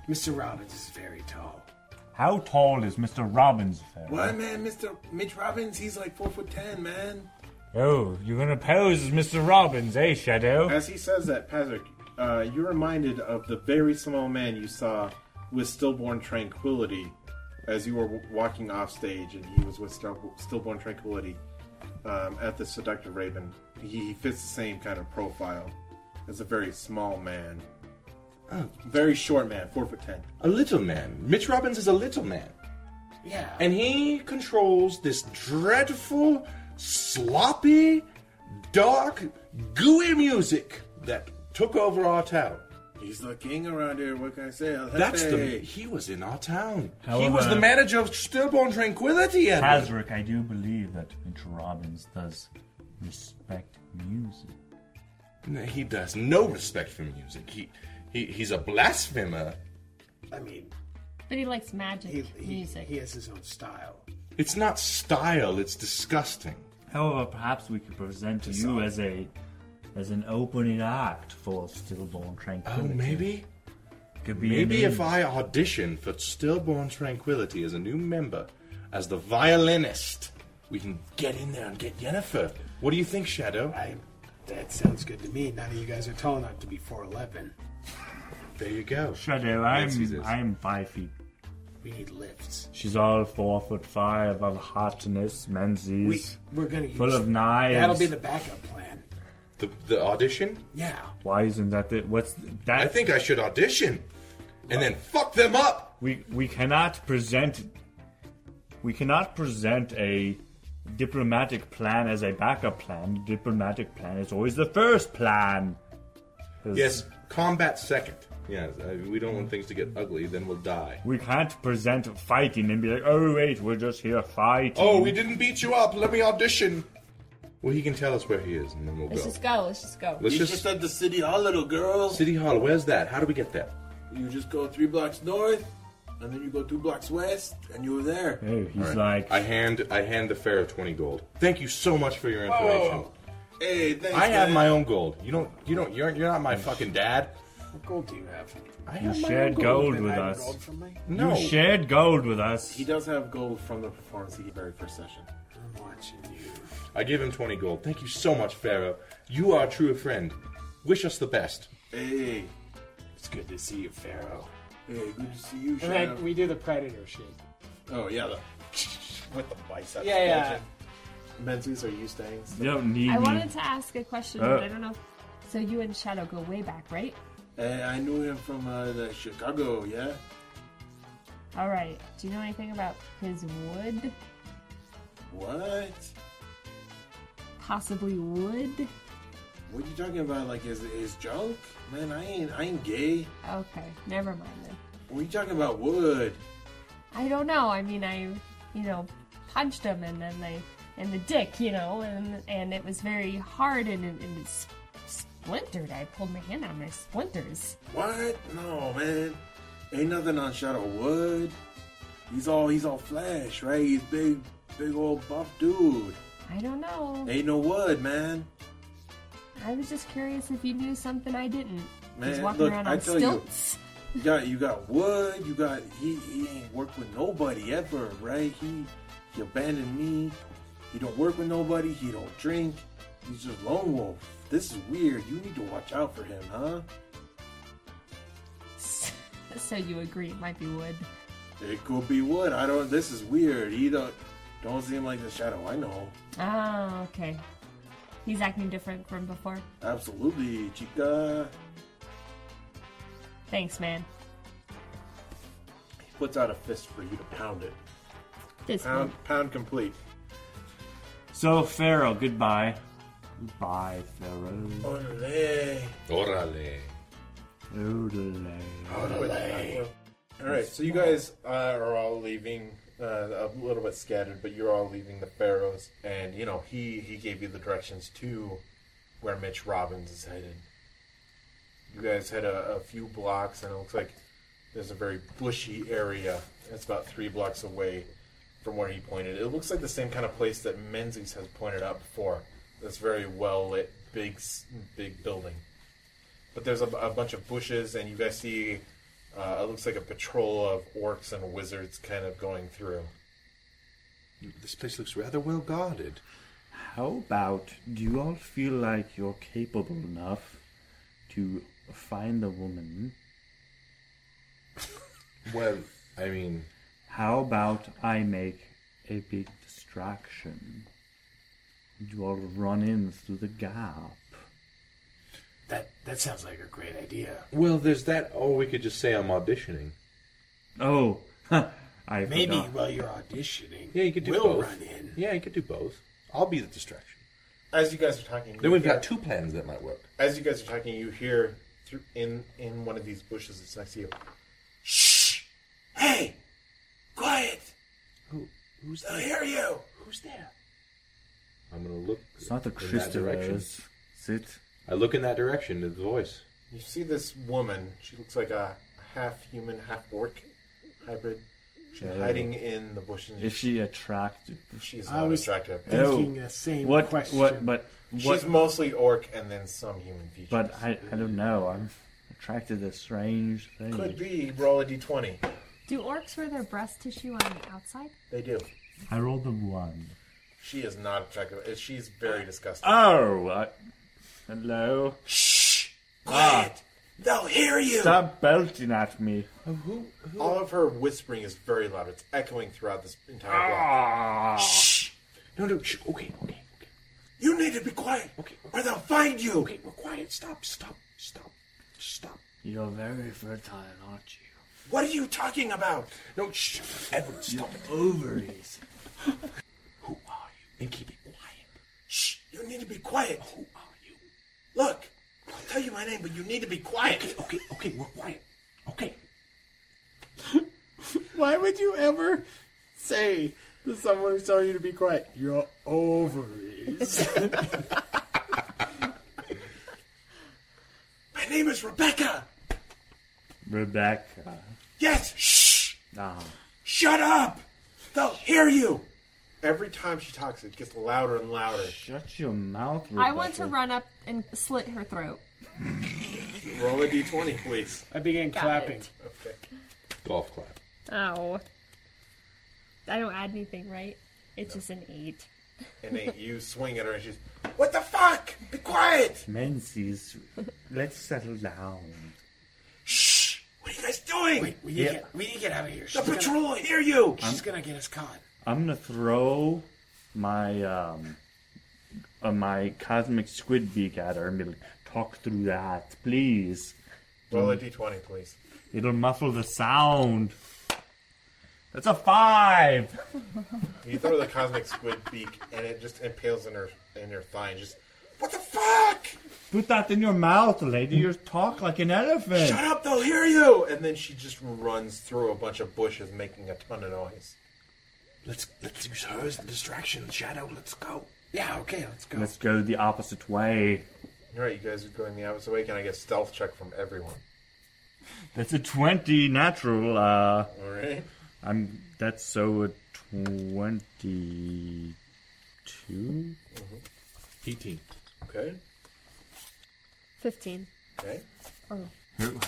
Speaker 7: Mr. Robbins is very tall.
Speaker 5: How tall is Mr. Robbins, Pharaoh?
Speaker 1: What man, Mister Mitch Robbins? He's like four foot ten, man.
Speaker 5: Oh, you're gonna pose as Mr. Robbins, eh, Shadow?
Speaker 1: As he says that, Patrick, uh, you're reminded of the very small man you saw with stillborn tranquility as you were w- walking off stage, and he was with still- stillborn tranquility um, at the seductive raven. He, he fits the same kind of profile as a very small man,
Speaker 4: Oh.
Speaker 1: very short man, four foot ten.
Speaker 4: A little man. Mitch Robbins is a little man.
Speaker 7: Yeah.
Speaker 4: And he controls this dreadful, sloppy, dark, gooey music that took over our town.
Speaker 1: He's the king around here. What can I say? El
Speaker 4: That's the.
Speaker 1: Jefe.
Speaker 4: He was in our town. he
Speaker 5: However-
Speaker 4: was the manager of Stillborn Tranquility. Edward.
Speaker 5: Hazrick, I do believe that Mitch Robbins does respect music.
Speaker 4: No, He does no respect for music. He, he he's a blasphemer.
Speaker 7: I mean,
Speaker 9: But he likes magic
Speaker 7: he, he,
Speaker 9: music.
Speaker 7: he has his own style.
Speaker 4: It's not style. It's disgusting.
Speaker 5: However, perhaps we could present to you as a as an opening act for Stillborn
Speaker 4: Oh,
Speaker 5: Tranquility.
Speaker 4: maybe.
Speaker 5: Could be
Speaker 4: Maybe
Speaker 5: an-
Speaker 4: if I audition for Stillborn Tranquility as a new member, as the violinist, we can get in there and get Yennefer. What do you think, Shadow?
Speaker 7: I. That sounds good to me. None of you guys are tall enough to be 4'11.
Speaker 4: There you go.
Speaker 5: Shadow,
Speaker 4: Nancy's
Speaker 5: I'm
Speaker 4: is.
Speaker 5: I'm five feet.
Speaker 7: We need lifts.
Speaker 5: She's all four foot five of hotness,
Speaker 7: We,
Speaker 5: menzies.
Speaker 7: we're gonna use.
Speaker 5: Full of knives.
Speaker 7: That'll be the backup plan.
Speaker 4: The, the audition?
Speaker 7: Yeah.
Speaker 5: Why isn't that the what's that
Speaker 4: I think I should audition, and then fuck them up.
Speaker 5: we we cannot present we cannot present a diplomatic plan as a backup plan. Diplomatic plan is always the first plan. 'Cause
Speaker 4: Yes, combat second. Yes, I, we don't want things to get ugly. Then we'll die.
Speaker 5: We can't present fighting and be like, oh wait, we're just here fighting.
Speaker 4: Oh, we didn't beat you up. Let me audition. Well, he can tell us where he is, and then we'll
Speaker 9: Let's
Speaker 4: go.
Speaker 9: just go. Let's just go.
Speaker 4: Let's
Speaker 1: You
Speaker 4: just,
Speaker 1: just at the city hall, little girls.
Speaker 4: City Hall. Where's that? How do we get there?
Speaker 1: You just go three blocks north,
Speaker 3: and then you go two blocks west, and you're there.
Speaker 4: All right. I hand I hand the pharaoh twenty gold. Thank you so much for your information.
Speaker 3: Whoa. Hey, thanks,
Speaker 4: I have
Speaker 3: man.
Speaker 4: my own gold. You don't. You don't. You're. You're not my fucking dad.
Speaker 3: What gold do you have?
Speaker 4: I
Speaker 5: You shared gold, with us.
Speaker 4: No.
Speaker 5: You shared gold with us.
Speaker 1: He does have gold from the performance he very first session.
Speaker 3: I'm watching you.
Speaker 4: I give him twenty gold. Thank you so much, pharaoh. You are a true friend. Wish us the best.
Speaker 3: Hey,
Speaker 7: It's good to see you, Pharaoh.
Speaker 3: hey, good to see you,
Speaker 7: And then
Speaker 3: Shadow.
Speaker 7: we do the predator shit.
Speaker 1: Oh yeah, the, with the biceps.
Speaker 7: Yeah, yeah.
Speaker 1: Menzies, are you staying?
Speaker 5: You don't need
Speaker 12: I
Speaker 5: me.
Speaker 12: wanted to ask a question, but
Speaker 5: Uh.
Speaker 12: I don't know. So you and Shadow go way back, right?
Speaker 3: Hey, I knew him from uh, the Chicago, yeah?
Speaker 12: All right. Do you know anything about his wood?
Speaker 3: What?
Speaker 12: Possibly wood?
Speaker 3: What are you talking about? Like his his junk? Man, I ain't I ain't gay.
Speaker 12: Okay, never mind then.
Speaker 3: What are you talking about? Wood?
Speaker 12: I don't know. I mean, I, you know, punched him and then they, and the dick, you know, and and it was very hard and, it- and it's splintered. I pulled my hand out, my splinters.
Speaker 3: What? No, man. Ain't nothing on Shadow Wood. He's all he's all flesh, right? He's big, big old buff dude.
Speaker 12: I don't know.
Speaker 3: Ain't no wood, man.
Speaker 12: I was just curious if you knew something I didn't. He's
Speaker 3: Man,
Speaker 12: walking
Speaker 3: look,
Speaker 12: around
Speaker 3: I
Speaker 12: on
Speaker 3: tell you.
Speaker 12: stilts.
Speaker 3: You got you got Wood. You got he he ain't worked with nobody ever, right? He he abandoned me. He don't work with nobody. He don't drink. He's just lone wolf. This is weird. You need to watch out for him, huh?
Speaker 12: So you agree it might be wood.
Speaker 3: It could be Wood. I don't. This is weird. He don't don't seem like the shadow I know.
Speaker 12: Oh, okay. He's acting different from before.
Speaker 3: Absolutely, chica.
Speaker 12: Thanks, man.
Speaker 1: He puts out a fist for you to pound it.
Speaker 12: This
Speaker 4: Um,
Speaker 1: Pound, pound complete.
Speaker 5: So, Pharaoh, goodbye. Goodbye, Pharaoh.
Speaker 3: Orale.
Speaker 4: Orale.
Speaker 5: Odelay.
Speaker 1: All right, so you guys uh, are all leaving uh, a little bit scattered, but you're all leaving the Pharaohs, and you know he he gave you the directions to where Mitch Robbins is headed. You guys had a, a few blocks, and it looks like there's a very bushy area. It's about three blocks away from where he pointed. It looks like the same kind of place that Menzies has pointed out before. This very well lit, big s- big building. But there's a, a bunch of bushes, and you guys see uh, it looks like a patrol of orcs and wizards kind of going through.
Speaker 4: This place looks rather well guarded.
Speaker 5: How about do you all feel like you're capable enough to find the woman?
Speaker 4: Well, I mean,
Speaker 5: How about I make a big distraction? You all run in through the gap.
Speaker 7: That that sounds like a great idea.
Speaker 4: well, there's that. Or we could just say I'm auditioning.
Speaker 5: Oh, I
Speaker 7: Maybe
Speaker 5: forgot.
Speaker 7: while you're auditioning,
Speaker 4: Yeah, you could do
Speaker 7: we'll
Speaker 4: both.
Speaker 7: run in.
Speaker 4: Yeah, you could do both. I'll be the distraction.
Speaker 1: As you guys are talking,
Speaker 4: Then
Speaker 1: you
Speaker 4: we've got
Speaker 1: hear-
Speaker 4: two plans that might work.
Speaker 1: As you guys are talking, you hear through, in in one of these bushes that's next to you.
Speaker 3: Hey, quiet!
Speaker 4: Who? Who's
Speaker 3: I hear you.
Speaker 4: Who's there? I'm gonna look.
Speaker 5: It's not the
Speaker 4: in that direction.
Speaker 5: Christopher's. Sit.
Speaker 4: I look in that direction. The voice.
Speaker 1: You see this woman. She looks like a half human, half orc hybrid. She's
Speaker 5: Yeah.
Speaker 1: hiding in the bushes.
Speaker 5: Is she attractive?
Speaker 1: She's
Speaker 7: I
Speaker 1: not
Speaker 7: was-
Speaker 1: attractive.
Speaker 7: Thinking the same
Speaker 5: what?
Speaker 7: question.
Speaker 5: What? But what?
Speaker 1: She's mostly orc and then some human features.
Speaker 5: but I, I don't know. I'm attracted to strange things.
Speaker 1: could be roll a d20.
Speaker 12: Do orcs wear their breast tissue on the outside?
Speaker 1: They do.
Speaker 5: I rolled a one.
Speaker 1: She is not attractive. She's very disgusting.
Speaker 5: Oh, uh, hello.
Speaker 4: Ah.
Speaker 3: Quiet. They'll hear you.
Speaker 5: Stop belting at me.
Speaker 1: All of her whispering is very loud. It's echoing throughout this entire block.
Speaker 5: Ah.
Speaker 4: No, no. Shh, okay, okay, okay.
Speaker 3: You need to be quiet,
Speaker 4: Okay.
Speaker 3: or they'll find you.
Speaker 4: Okay, we're quiet. Stop, stop, stop, stop.
Speaker 5: You're very fertile, aren't you?
Speaker 3: What are you talking about?
Speaker 4: No, shh. Edward, stop. it.
Speaker 5: Ovaries.
Speaker 4: Who are you? And keep it quiet.
Speaker 3: Shh. You need to be quiet.
Speaker 1: Oh.
Speaker 4: Who are you?
Speaker 3: Look, I'll tell you my name, but you need to be quiet.
Speaker 4: Okay, okay, we're quiet. Okay.
Speaker 7: Why would you ever say to someone who's telling you to be quiet, your ovaries?
Speaker 3: My name is Rebecca.
Speaker 5: Rebecca. Ah,
Speaker 3: Yes. Shh.
Speaker 1: Shut up! They'll hear you! Every time she talks, it gets louder and louder.
Speaker 5: Shut your mouth.
Speaker 12: I want to run up and slit her throat.
Speaker 1: Roll a d20, please.
Speaker 7: I began
Speaker 12: Got
Speaker 7: clapping.
Speaker 12: it.
Speaker 1: Okay.
Speaker 4: Golf clap.
Speaker 9: Oh. I don't add anything, right? It's just an eight.
Speaker 1: And then you swing at her, and she's, What the fuck? Be quiet!
Speaker 5: Menzies, let's settle down.
Speaker 1: What are you guys doing?
Speaker 5: Wait, we need to Yeah. get-
Speaker 1: we need to get out of here.
Speaker 5: She's
Speaker 1: the
Speaker 5: gonna-
Speaker 1: patrol will hear you!
Speaker 5: She's
Speaker 1: gonna get us caught.
Speaker 5: I'm gonna throw my um uh, my cosmic squid beak at her and be like, talk through that, please.
Speaker 1: Roll a d20, please.
Speaker 5: It'll muffle the sound. That's a five.
Speaker 1: You throw the cosmic squid beak, and it just impales in her in her thigh, and just
Speaker 5: Put that in your mouth, lady. You talk like an elephant.
Speaker 1: shut up. They'll hear you. And then she just runs through a bunch of bushes, making a ton of noise.
Speaker 8: Let's let's use her as the distraction. Shadow, let's go. Yeah, okay, let's go.
Speaker 5: Let's go the opposite way.
Speaker 1: All right, you guys are going the opposite way. Can I get stealth check from everyone?
Speaker 5: That's a twenty natural. Uh,
Speaker 1: All right.
Speaker 5: I'm. That's so a twenty-two.
Speaker 4: 18.
Speaker 1: Okay.
Speaker 9: 15.
Speaker 1: Okay.
Speaker 9: Oh.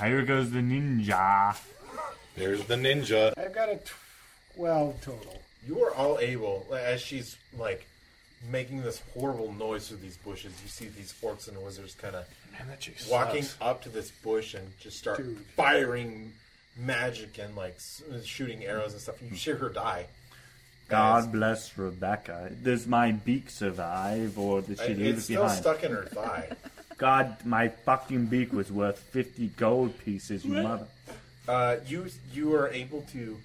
Speaker 5: Here goes the ninja.
Speaker 4: There's the ninja.
Speaker 1: I've got a twelve total. You are all able, as she's like making this horrible noise through these bushes. You see these orcs and wizards kind of
Speaker 8: Man, that chick
Speaker 1: walking
Speaker 8: sucks.
Speaker 1: up to this bush and just start
Speaker 8: Dude.
Speaker 1: firing magic and like s- shooting arrows and stuff. You see her die.
Speaker 5: God bless Rebecca. Does my beak survive, or does she
Speaker 1: It-
Speaker 5: leave
Speaker 1: it's
Speaker 5: it
Speaker 1: still
Speaker 5: behind?
Speaker 1: stuck in her thigh.
Speaker 5: God, my fucking beak was worth fifty gold pieces, you mother.
Speaker 1: Uh, you you are able to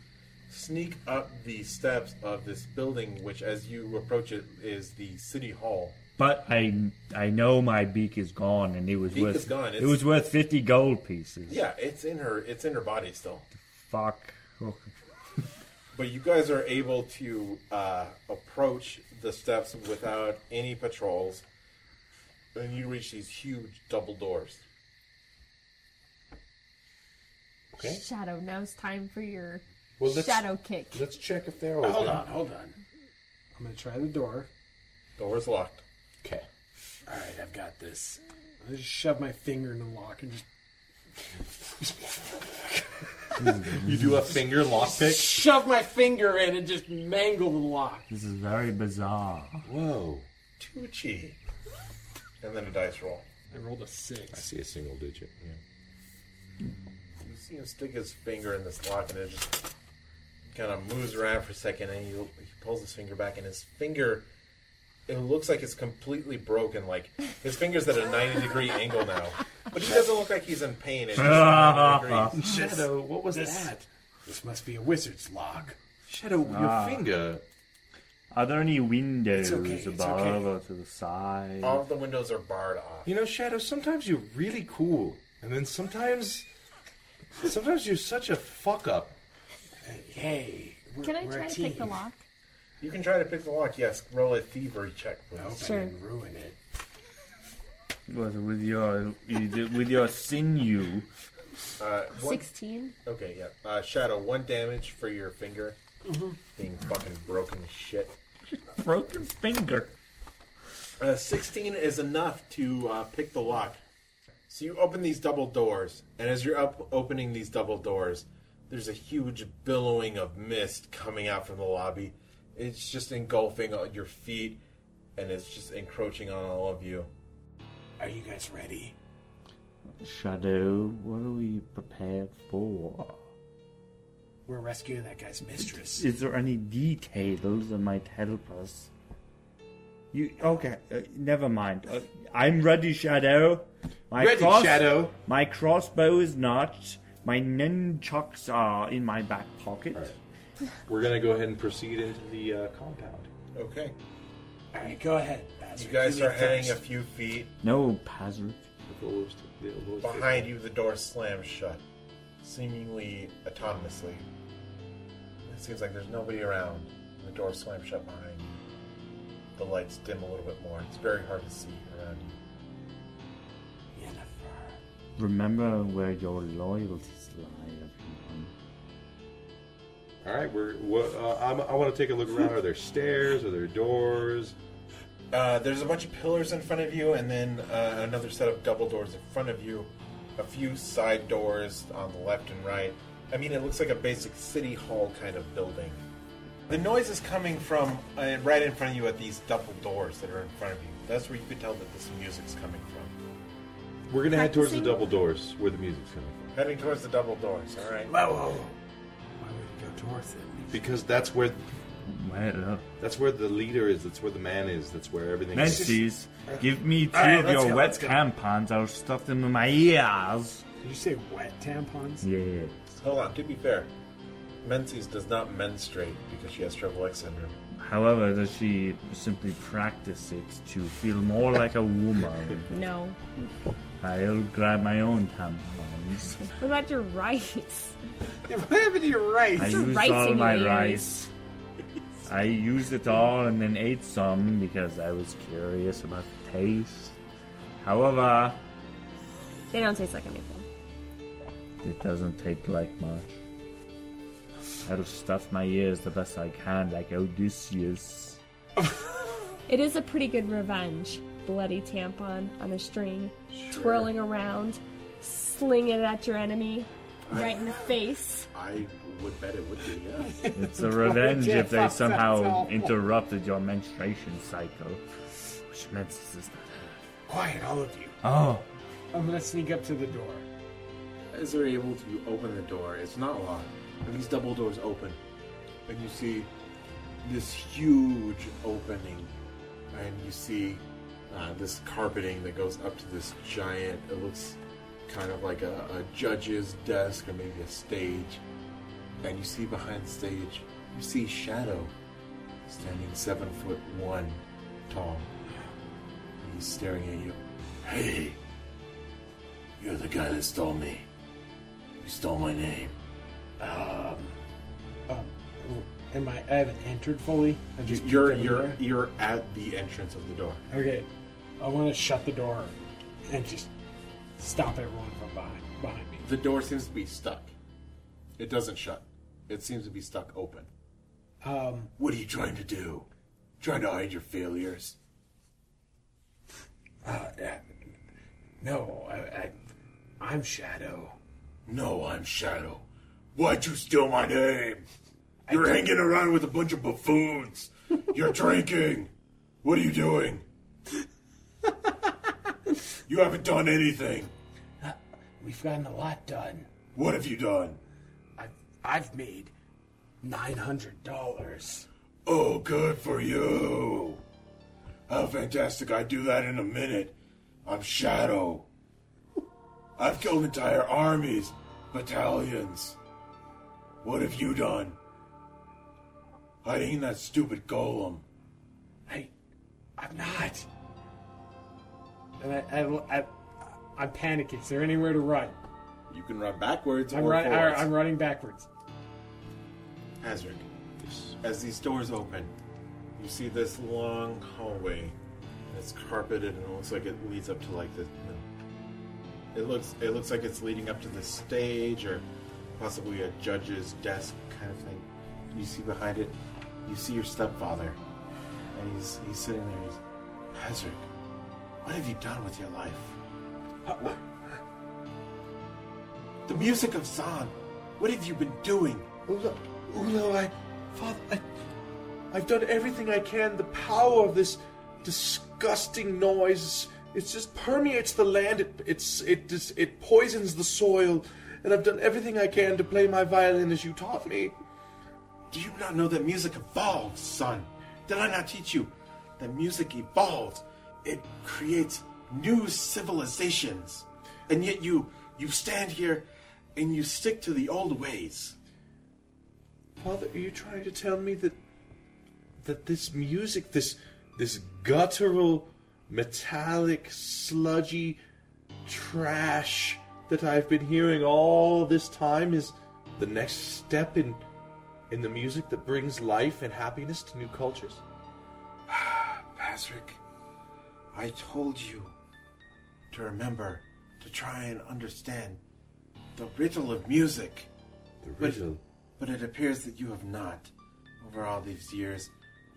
Speaker 1: sneak up the steps of this building, which, as you approach it, is the city hall.
Speaker 5: But I, I know my beak is gone, and it was
Speaker 1: Beak
Speaker 5: worth
Speaker 1: is gone,
Speaker 5: it
Speaker 1: it's-
Speaker 5: was worth fifty gold pieces.
Speaker 1: Yeah, it's in her. It's in her body still.
Speaker 5: Fuck. Oh,
Speaker 1: But you guys are able to uh, approach the steps without any patrols, and you reach these huge double doors.
Speaker 4: Okay.
Speaker 12: Shadow, now it's time for your
Speaker 4: Well, let's-
Speaker 12: shadow kick.
Speaker 4: Let's check if they're
Speaker 12: Hold
Speaker 4: open.
Speaker 12: on,
Speaker 7: hold on. I'm gonna try the door.
Speaker 1: Door's locked.
Speaker 4: Okay.
Speaker 7: All right, I've got this. I just shove my finger in the lock and just.
Speaker 4: You do a finger lockpick.
Speaker 7: Shove my finger in and just mangle the lock.
Speaker 5: this is very bizarre.
Speaker 4: Whoa.
Speaker 1: Tucci. And then a dice roll.
Speaker 7: I rolled a
Speaker 4: I
Speaker 7: six.
Speaker 4: see a single digit. Yeah.
Speaker 1: You see him stick his finger in this lock, and it just kind of moves around for a second, and he, he pulls his finger back, and his finger. It looks like it's completely broken. Like his finger's at a ninety degree angle now, but he doesn't look like he's in pain. It's just 90 degrees.
Speaker 7: Shadow,
Speaker 4: what was
Speaker 7: that? This must be a wizard's lock.
Speaker 4: Shadow,
Speaker 5: Ah.
Speaker 4: your finger.
Speaker 5: Are there any windows
Speaker 7: okay, it's
Speaker 5: above
Speaker 7: okay. Oh.
Speaker 5: or to the side?
Speaker 1: All of the windows are barred off.
Speaker 4: You know, Shadow, sometimes you're really cool, and then sometimes, sometimes you're such a fuck up.
Speaker 7: Hey, we're,
Speaker 12: Can I
Speaker 7: we're
Speaker 12: try
Speaker 7: a
Speaker 12: to
Speaker 7: team.
Speaker 12: pick the lock?
Speaker 1: You can try to pick the lock. Yes, roll a thievery check, please.
Speaker 7: I hope
Speaker 12: Sure.
Speaker 7: I didn't ruin it.
Speaker 5: Was it with your you did- with your sinew?
Speaker 1: Uh, one,
Speaker 12: 16?
Speaker 1: okay, yeah. Uh, Shadow, one damage for your finger being fucking broken as shit.
Speaker 5: Broken finger.
Speaker 1: Uh, 16 is enough to uh, pick the lock. So you open these double doors, and as you're up opening these double doors, there's a huge billowing of mist coming out from the lobby. It's just engulfing all your feet, and it's just encroaching on all of you.
Speaker 7: Are you guys ready?
Speaker 5: Shadow, what are we prepared for?
Speaker 7: We're rescuing that guy's mistress.
Speaker 5: Is there any details that might help us? You okay? Uh, never mind. Uh, I'm ready, Shadow. My
Speaker 4: Ready, Shadow.
Speaker 5: My crossbow is not. My nunchucks are in my back pocket.
Speaker 4: We're gonna go ahead and proceed into the uh, compound.
Speaker 1: Okay.
Speaker 7: All right, go ahead.
Speaker 1: You guys are heading a few feet.
Speaker 5: No, Pazric.
Speaker 4: The lowest- the lowest-
Speaker 1: Behind you, the door slams shut, seemingly autonomously. It seems like there's nobody around. The door slams shut behind you. The lights dim a little bit more. It's very hard to see around you.
Speaker 5: Remember where your loyalties lie, everyone.
Speaker 4: All right, we're. What, uh, I'm, I want to take a look around. Are there stairs? Are there doors?
Speaker 1: Uh, there's a bunch of pillars in front of you, and then uh, another set of double doors in front of you. A few side doors on the left and right. I mean, it looks like a basic city hall kind of building. The noise is coming from uh, right in front of you at these double doors that are in front of you. That's where you could tell that this music's coming from.
Speaker 4: We're gonna head towards the
Speaker 1: Practicing?
Speaker 4: double doors where the music's coming from
Speaker 1: Heading towards the double doors, alright?
Speaker 4: because that's where. That's where the leader is. That's where the man is. That's where everything. is.
Speaker 5: Menzies, give me two
Speaker 4: All right,
Speaker 5: of
Speaker 4: let's
Speaker 5: your
Speaker 4: go,
Speaker 5: wet
Speaker 4: let's go.
Speaker 5: tampons. I'll stuff them in my ears.
Speaker 1: Did you say wet tampons?
Speaker 5: Yeah.
Speaker 1: Hold on, to be fair, Menzies does not menstruate because she has triple X syndrome.
Speaker 5: However, does she simply practice it to feel more like a woman?
Speaker 9: No.
Speaker 5: I'll grab my own tampons.
Speaker 9: What about your rights?
Speaker 8: What happened to your rights?
Speaker 5: I used all my rice. I used it all and then ate some because I was curious about the taste. However,
Speaker 9: They don't taste like anything.
Speaker 5: it doesn't take like much. I'll stuff my ears the best I can, like Odysseus.
Speaker 9: It is a pretty good revenge. Bloody tampon on a string, twirling around, sling it at your enemy, right in the face.
Speaker 1: I would bet it would be, yeah.
Speaker 5: It's a revenge if they
Speaker 9: That's
Speaker 5: somehow
Speaker 9: awful.
Speaker 5: interrupted your menstruation cycle. Which means this is
Speaker 7: Quiet, all of you.
Speaker 5: Oh,
Speaker 7: I'm gonna sneak up to the door.
Speaker 1: As they're able to open the door, it's not locked, and these double doors open, and you see this huge opening, and you see uh, this carpeting that goes up to this giant. It looks kind of like a, a judge's desk or maybe a stage, and you see behind the stage, you see Shadow standing seven foot one tall. He's staring at you.
Speaker 3: Hey, you're the guy that stole me. You stole my name.
Speaker 7: Um, um, am I? I haven't entered fully. I just
Speaker 1: You're
Speaker 7: peeked
Speaker 1: you're
Speaker 7: everywhere.
Speaker 1: you're at the entrance of the door.
Speaker 7: Okay, I want to shut the door and just stop everyone from behind behind me.
Speaker 1: The door seems to be stuck. It doesn't shut. It seems to be stuck open.
Speaker 7: Um,
Speaker 3: What are you trying to do? Trying to hide your failures?
Speaker 7: uh, yeah. no, I, I, I'm Shadow.
Speaker 3: No, I'm Shadow. Why'd you steal my name? You're hanging around with a bunch of buffoons. You're drinking. What are you doing? you haven't done anything.
Speaker 7: We've gotten a lot done.
Speaker 3: What have you done?
Speaker 7: I've made nine hundred dollars.
Speaker 3: Oh, good for you. How fantastic. I do that in a minute. I'm Shadow. I've killed entire armies, battalions. What have you done? Hiding in that stupid golem.
Speaker 7: I'm not. And I, I, I, I'm panicking. Is there anywhere to run?
Speaker 1: You can run backwards
Speaker 7: I'm,
Speaker 1: or
Speaker 7: run, I,
Speaker 1: forwards.
Speaker 7: I'm running backwards.
Speaker 1: Hazard. As these doors open, you see this long hallway. and It's carpeted and it looks like it leads up to like the. It looks it looks like it's leading up to the stage or possibly a judge's desk kind of thing. You see behind it, you see your stepfather, and he's he's sitting there. He's Hazard. What have you done with your life? The music of Zahn. What have you been doing?
Speaker 10: Ulo, Ulo, I, Father, I, I've done everything I can. The power of this disgusting noise, it just permeates the land. It, it's, it, just, it poisons the soil, and I've done everything I can to play my violin as you taught me.
Speaker 1: Do you not know that music evolves, son? Did I not teach you that music evolves? It creates new civilizations. And yet you you stand here and you stick to the old ways.
Speaker 10: Father, are you trying to tell me that that this music, this this guttural, metallic, sludgy trash that I've been hearing all this time is the next step in in the music that brings life and happiness to new cultures?
Speaker 1: Patrick, I told you to remember to try and understand the riddle of music.
Speaker 4: The
Speaker 1: But-
Speaker 4: riddle
Speaker 1: but it appears that you have not. Over all these years,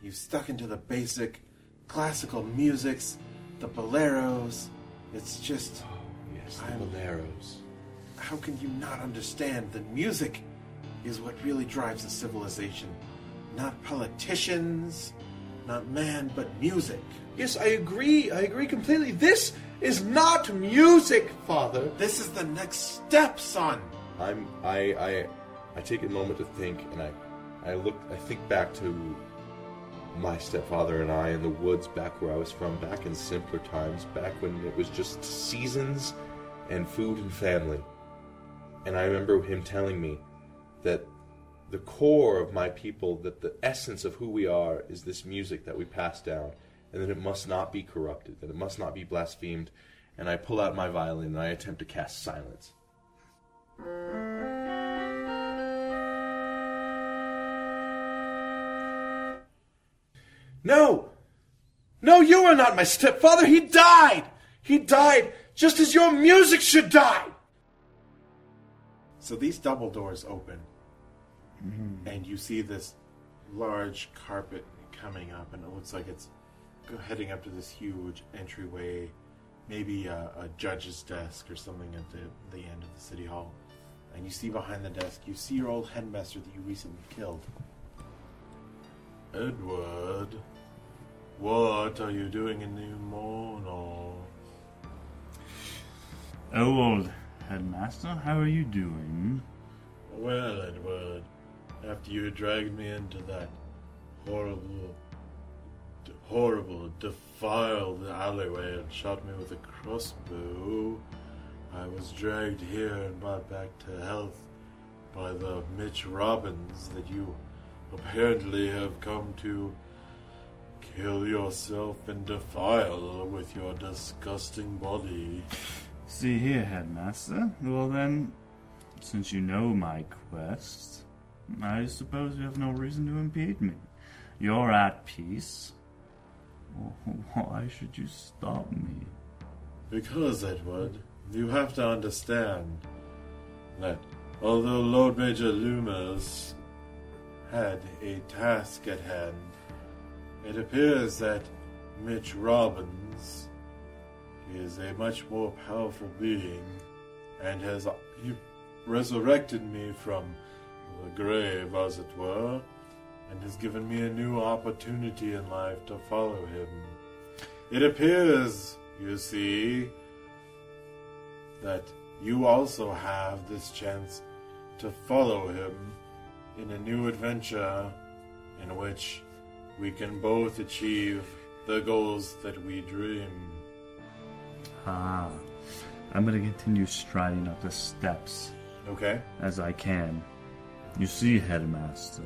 Speaker 1: you've stuck into the basic classical musics, the boleros. It's just. Oh,
Speaker 4: yes, the boleros.
Speaker 1: How can you not understand that music is what really drives a civilization? Not politicians, not man, but music.
Speaker 10: Yes, I agree. I agree completely. This is not music, Father.
Speaker 1: This is the next step, son.
Speaker 4: I'm I I I take a moment to think and I I look I think back to my stepfather and I in the woods back where I was from back in simpler times back when it was just seasons and food and family and I remember him telling me that the core of my people that the essence of who we are is this music that we pass down and that it must not be corrupted that it must not be blasphemed and I pull out my violin and I attempt to cast silence
Speaker 10: No! No, you are not my stepfather! He died! He died just as your music should die!
Speaker 1: So these double doors open, and you see this large carpet coming up, and it looks like it's go- heading up to this huge entryway, maybe a, a judge's desk or something at the, the end of the city hall. And you see behind the desk, you see your old headmaster that you recently killed. Edward, what are you doing in the morning?
Speaker 5: Oh, old headmaster, how are you doing?
Speaker 1: Well, Edward, after you dragged me into that horrible, d- horrible, defiled alleyway and shot me with a crossbow, I was dragged here and brought back to health by the Mitch Robbins that you apparently have come to kill yourself and defile with your disgusting body.
Speaker 5: See here, headmaster. Well then, since you know my quest, I suppose you have no reason to impede me. You're at peace. Why should you stop me?
Speaker 1: Because, Edward, you have to understand that although Lord Major Loomis had a task at hand, it appears that Mitch Robbins is a much more powerful being and has he resurrected me from the grave, as it were, and has given me a new opportunity in life to follow him. It appears, you see, that you also have this chance to follow him in a new adventure in which we can both achieve the goals that we dream.
Speaker 5: Ah, I'm gonna continue striding up the steps.
Speaker 1: Okay.
Speaker 5: As I can. You see, Headmaster,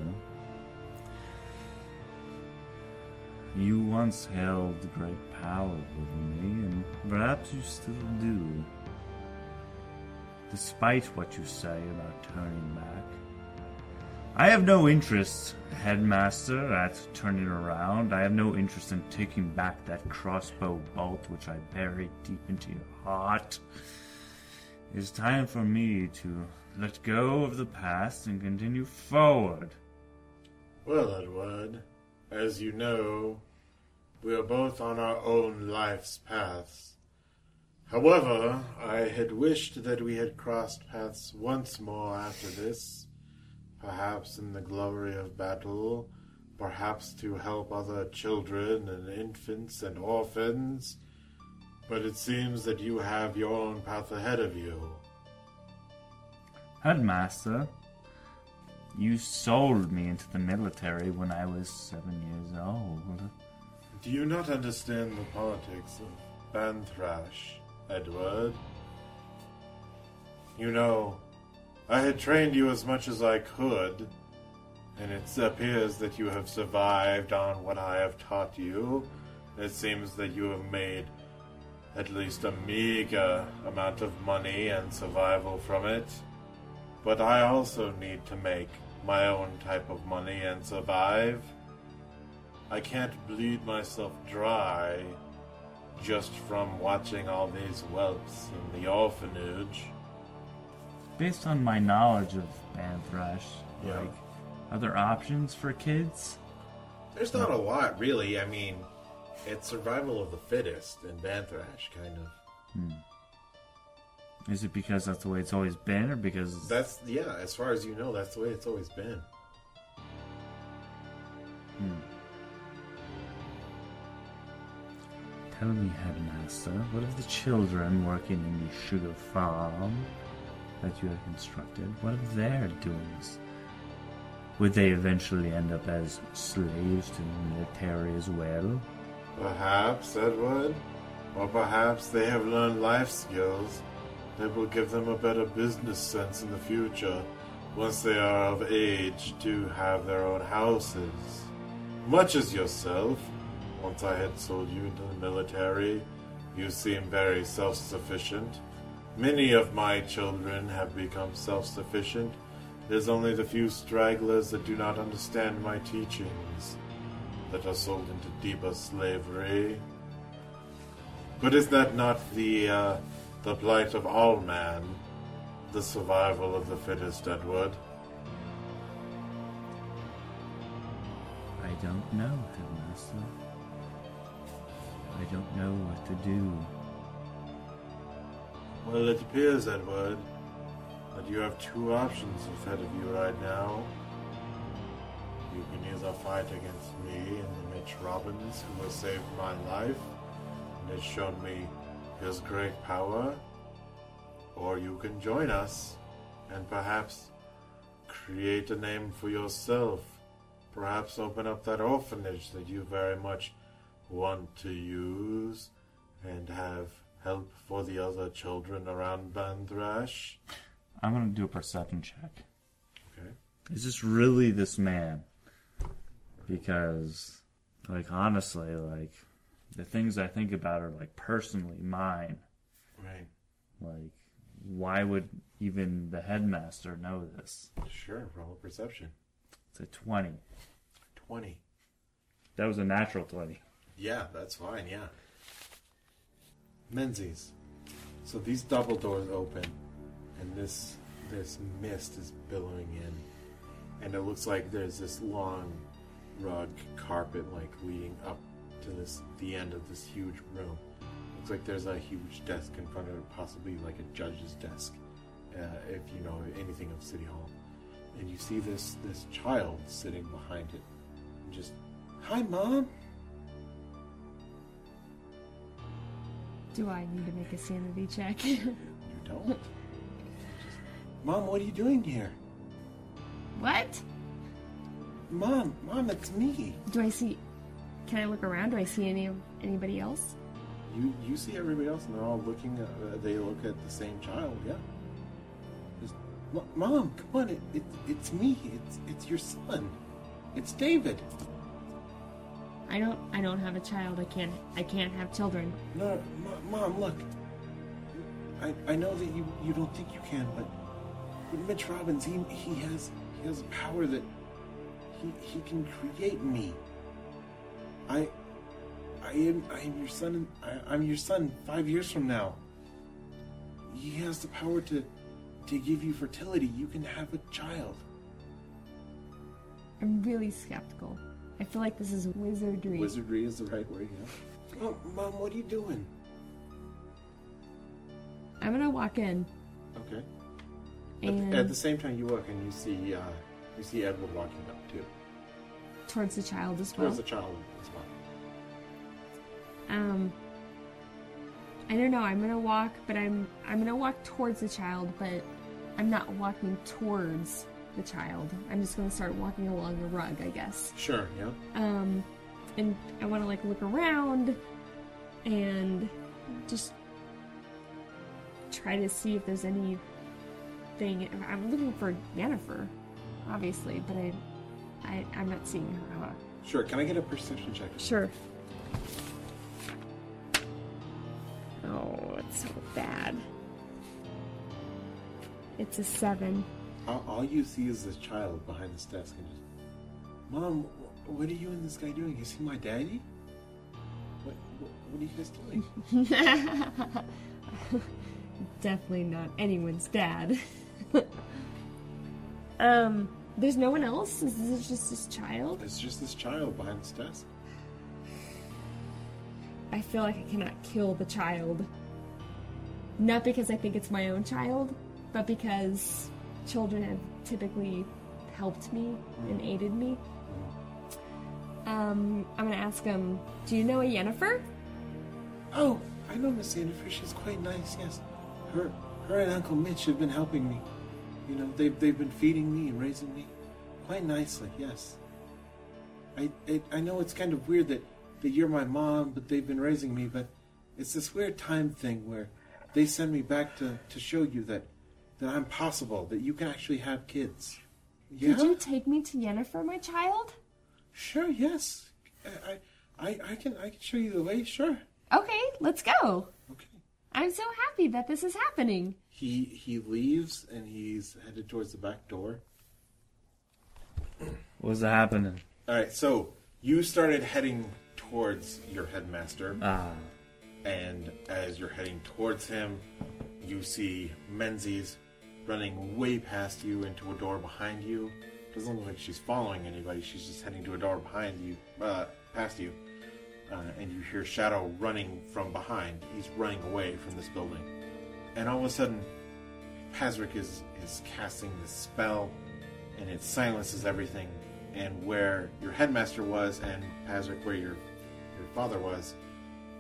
Speaker 5: you once held great power over me, and perhaps you still do. Despite what you say about turning back, I have no interest, Headmaster, at turning around. I have no interest in taking back that crossbow bolt which I buried deep into your heart. It's time for me to let go of the past and continue forward.
Speaker 1: Well, Edward, as you know, we are both on our own life's paths. However, I had wished that we had crossed paths once more after this, perhaps in the glory of battle, perhaps to help other children and infants and orphans. But it seems that you have your own path ahead of you.
Speaker 5: Headmaster, you sold me into the military when I was seven years old.
Speaker 1: Do you not understand the politics of Banthrash, Edward? You know, I had trained you as much as I could, and it appears that you have survived on what I have taught you. It seems that you have made at least a meager amount of money and survival from it. But I also need to make my own type of money and survive. I can't bleed myself dry just from watching all these whelps in the orphanage.
Speaker 5: based on my knowledge of Band Thrash,
Speaker 1: Yeah.
Speaker 5: like other options for kids.
Speaker 1: There's not a lot, really. I mean, it's survival of the fittest in Banthrash, kind of.
Speaker 5: Hmm. Is it because that's the way it's always been, or because
Speaker 1: That's, yeah, as far as you know, that's the way it's always been.
Speaker 5: Hmm. Tell me, Headmaster, what of the children working in the sugar farm that you have constructed? What of their doings? Would they eventually end up as slaves to the military as well?
Speaker 1: Perhaps, Edward. Or perhaps they have learned life skills that will give them a better business sense in the future once they are of age to have their own houses. Much as yourself, once I had sold you into the military, you seem very self sufficient. Many of my children have become self sufficient. There's only the few stragglers that do not understand my teachings that are sold into deeper slavery. But is that not the uh, the plight of all man, the survival of the fittest, Edward?
Speaker 5: I don't know, Headmaster. I don't know what to do.
Speaker 1: Well, it appears, Edward, that you have two options ahead of you right now. You can either fight against me and the Mitch Robbins, who has saved my life and has shown me his great power, or you can join us and perhaps create a name for yourself. Perhaps open up that orphanage that you very much want to use and have help for the other children around Bandrash.
Speaker 5: I'm gonna do a perception check.
Speaker 1: Okay.
Speaker 5: Is this really this man? Because, like, honestly, like, the things I think about are, like, personally mine.
Speaker 1: Right.
Speaker 5: Like, why would even the headmaster know this?
Speaker 1: Sure, roll a perception.
Speaker 5: It's a 20.
Speaker 1: 20.
Speaker 5: That was a natural 20.
Speaker 1: Yeah, that's fine, yeah. Menzies. So these double doors open and this this mist is billowing in. And it looks like there's this long rug carpet like leading up to this the end of this huge room. Looks like there's a huge desk in front of it, possibly like a judge's desk, uh, if you know anything of City Hall. And you see this this child sitting behind it, and just Hi, Mom.
Speaker 12: Do I need to make a sanity check?
Speaker 1: You don't. Mom, what are you doing here?
Speaker 12: what?
Speaker 1: Mom, mom, it's me.
Speaker 12: Do I see? Can I look around? Do I see any anybody else?
Speaker 1: You you see everybody else, and they're all looking. At, uh, they look at the same child. Yeah. Just, "M- Mom, come on! It, it, it's me. It's it's your son. It's David.
Speaker 12: I don't. I don't have a child. I can't. I can't have children.
Speaker 1: No, M- Mom, look. I, I know that you, you don't think you can, but, but Mitch Robbins, he, he has he has a power that he, he can create me. I I am I am your son. in- I, I'm your son five years from now. He has the power to to give you fertility. You can have a child.
Speaker 12: I'm really skeptical. I feel like this is wizardry.
Speaker 1: Wizardry is the right word. Yeah. Oh, Mom, what are you doing?
Speaker 12: I'm gonna walk in.
Speaker 1: Okay. At
Speaker 12: And-
Speaker 1: the, at the same time, you look and you see uh, you see Edward walking up too
Speaker 12: towards the child as well.
Speaker 1: towards the child as well.
Speaker 12: Um, I don't know. I'm gonna walk, but I'm I'm gonna walk towards the child, but I'm not walking towards the child. I'm just gonna start walking along the rug, I guess.
Speaker 1: Sure. Yeah.
Speaker 12: Um, and I want to like look around and just try to see if there's anything. I'm looking for Jennifer, obviously, but I, I I'm not seeing her.
Speaker 1: Sure. Can I get a perception check?
Speaker 12: Sure. Oh, it's so bad. It's a seven.
Speaker 1: All, all you see is this child behind this desk and just, Mom, wh- what are you and this guy doing? Is he my daddy? What What, what are you guys doing?
Speaker 12: Definitely not anyone's dad.
Speaker 9: um, there's no one else? Is this just this child?
Speaker 1: It's just this child behind this desk.
Speaker 6: I feel like I cannot kill the child. Not because I think it's my own child, but because children have typically helped me and aided me. Um, I'm gonna ask him, do you know a Yennefer?
Speaker 1: Oh, I know Miss Yennefer. She's quite nice. Yes, her, her and Uncle Mitch have been helping me. You know, they've they've been feeding me and raising me quite nicely. Yes. I I, I know it's kind of weird that that you're my mom, but they've been raising me. But it's this weird time thing where they send me back to to show you that that I'm possible, that you can actually have kids. Yeah.
Speaker 6: Did you take me to Yennefer, my child?
Speaker 1: Sure, yes. I, I, I- I can I can show you the way. Sure.
Speaker 6: Okay, let's go. Okay. I'm so happy that this is happening.
Speaker 1: He he leaves and he's headed towards the back door.
Speaker 5: What's happening?
Speaker 1: All right, so you started heading towards your headmaster,
Speaker 5: Ah.
Speaker 1: and as you're heading towards him, you see Menzies running way past you into a door behind you. Doesn't look like she's following anybody. She's just heading to a door behind you, uh, past you, uh, and you hear Shadow running from behind. He's running away from this building, and all of a sudden, Pazric is is casting this spell, and it silences everything. And where your headmaster was, and Pazric, where your your father was,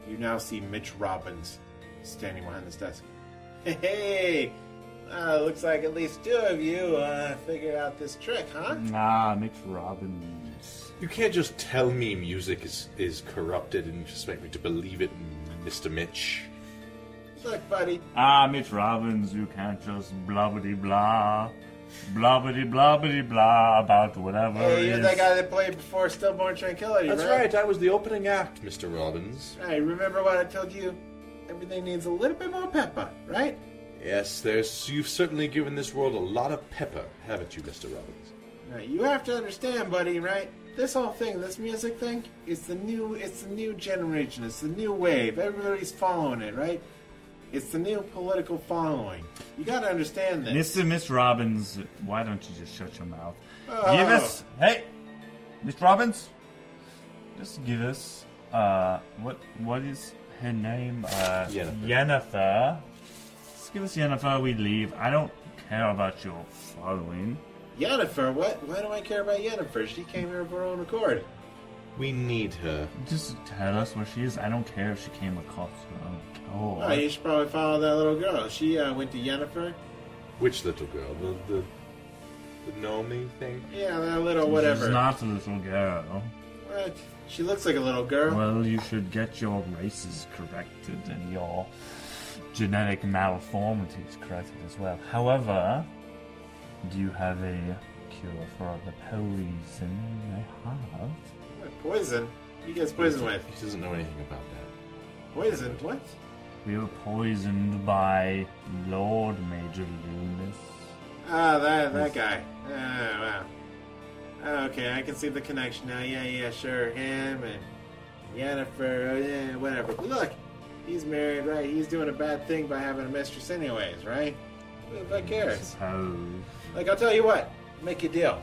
Speaker 1: you now see Mitch Robbins standing behind this desk. Hey, uh, looks like at least two of you uh, figured out this trick, huh?
Speaker 5: Ah, Mitch Robbins.
Speaker 4: You can't just tell me music is, is corrupted and just make me to believe it, Mr. Mitch.
Speaker 1: Look, buddy.
Speaker 5: Ah, Mitch Robbins, you can't just blobbity blah, blobbity blobbity blah about whatever.
Speaker 1: Hey, you're
Speaker 5: is.
Speaker 1: that guy that played before Stillborn Tranquility,
Speaker 4: That's
Speaker 1: right?
Speaker 4: right, I was the opening act, Mr. Robbins.
Speaker 1: Hey, remember what I told you? Everything needs a little bit more pepper, right?
Speaker 4: Yes, there's you've certainly given this world a lot of pepper, haven't you, Mr. Robbins?
Speaker 1: Right, you have to understand, buddy. Right, this whole thing, this music thing, it's the new, it's the new generation. It's the new wave. Everybody's following it, right? It's the new political following. You got to understand this.
Speaker 5: Mr. Miss Robbins, why don't you just shut your mouth?
Speaker 1: Oh.
Speaker 5: Give us, hey, Miss Robbins, just give us, uh, what what is her name? Uh,
Speaker 4: Yennefer.
Speaker 5: Yennefer. Just give us Yennefer, we leave. I don't care about your following.
Speaker 1: Yennefer, what? Why do I care about Yennefer? She came here of her own accord.
Speaker 4: We need her.
Speaker 5: Just tell us where she is. I don't care if she came across her own
Speaker 1: Oh, you should probably follow that little girl. She uh, went to Yennefer.
Speaker 4: Which little girl? The the the gnomey thing?
Speaker 1: Yeah, that little whatever.
Speaker 5: She's not a little girl.
Speaker 1: What? She looks like a little girl.
Speaker 5: Well, you should get your races corrected and your genetic malformities corrected as well. However, do you have a cure for the poison I have?
Speaker 1: Poison. You gets poisoned with
Speaker 4: He doesn't know anything about that.
Speaker 1: poison. What?
Speaker 5: We were poisoned by Lord Major Loomis.
Speaker 1: Ah, that that guy. Ah, wow. Okay, I can see the connection now. Yeah, yeah, sure. Him and Yennefer, oh, yeah, whatever. But look, he's married, right? He's doing a bad thing by having a mistress, anyways, right? Who the fuck cares?
Speaker 5: Suppose.
Speaker 1: Like, I'll tell you what. Make a deal.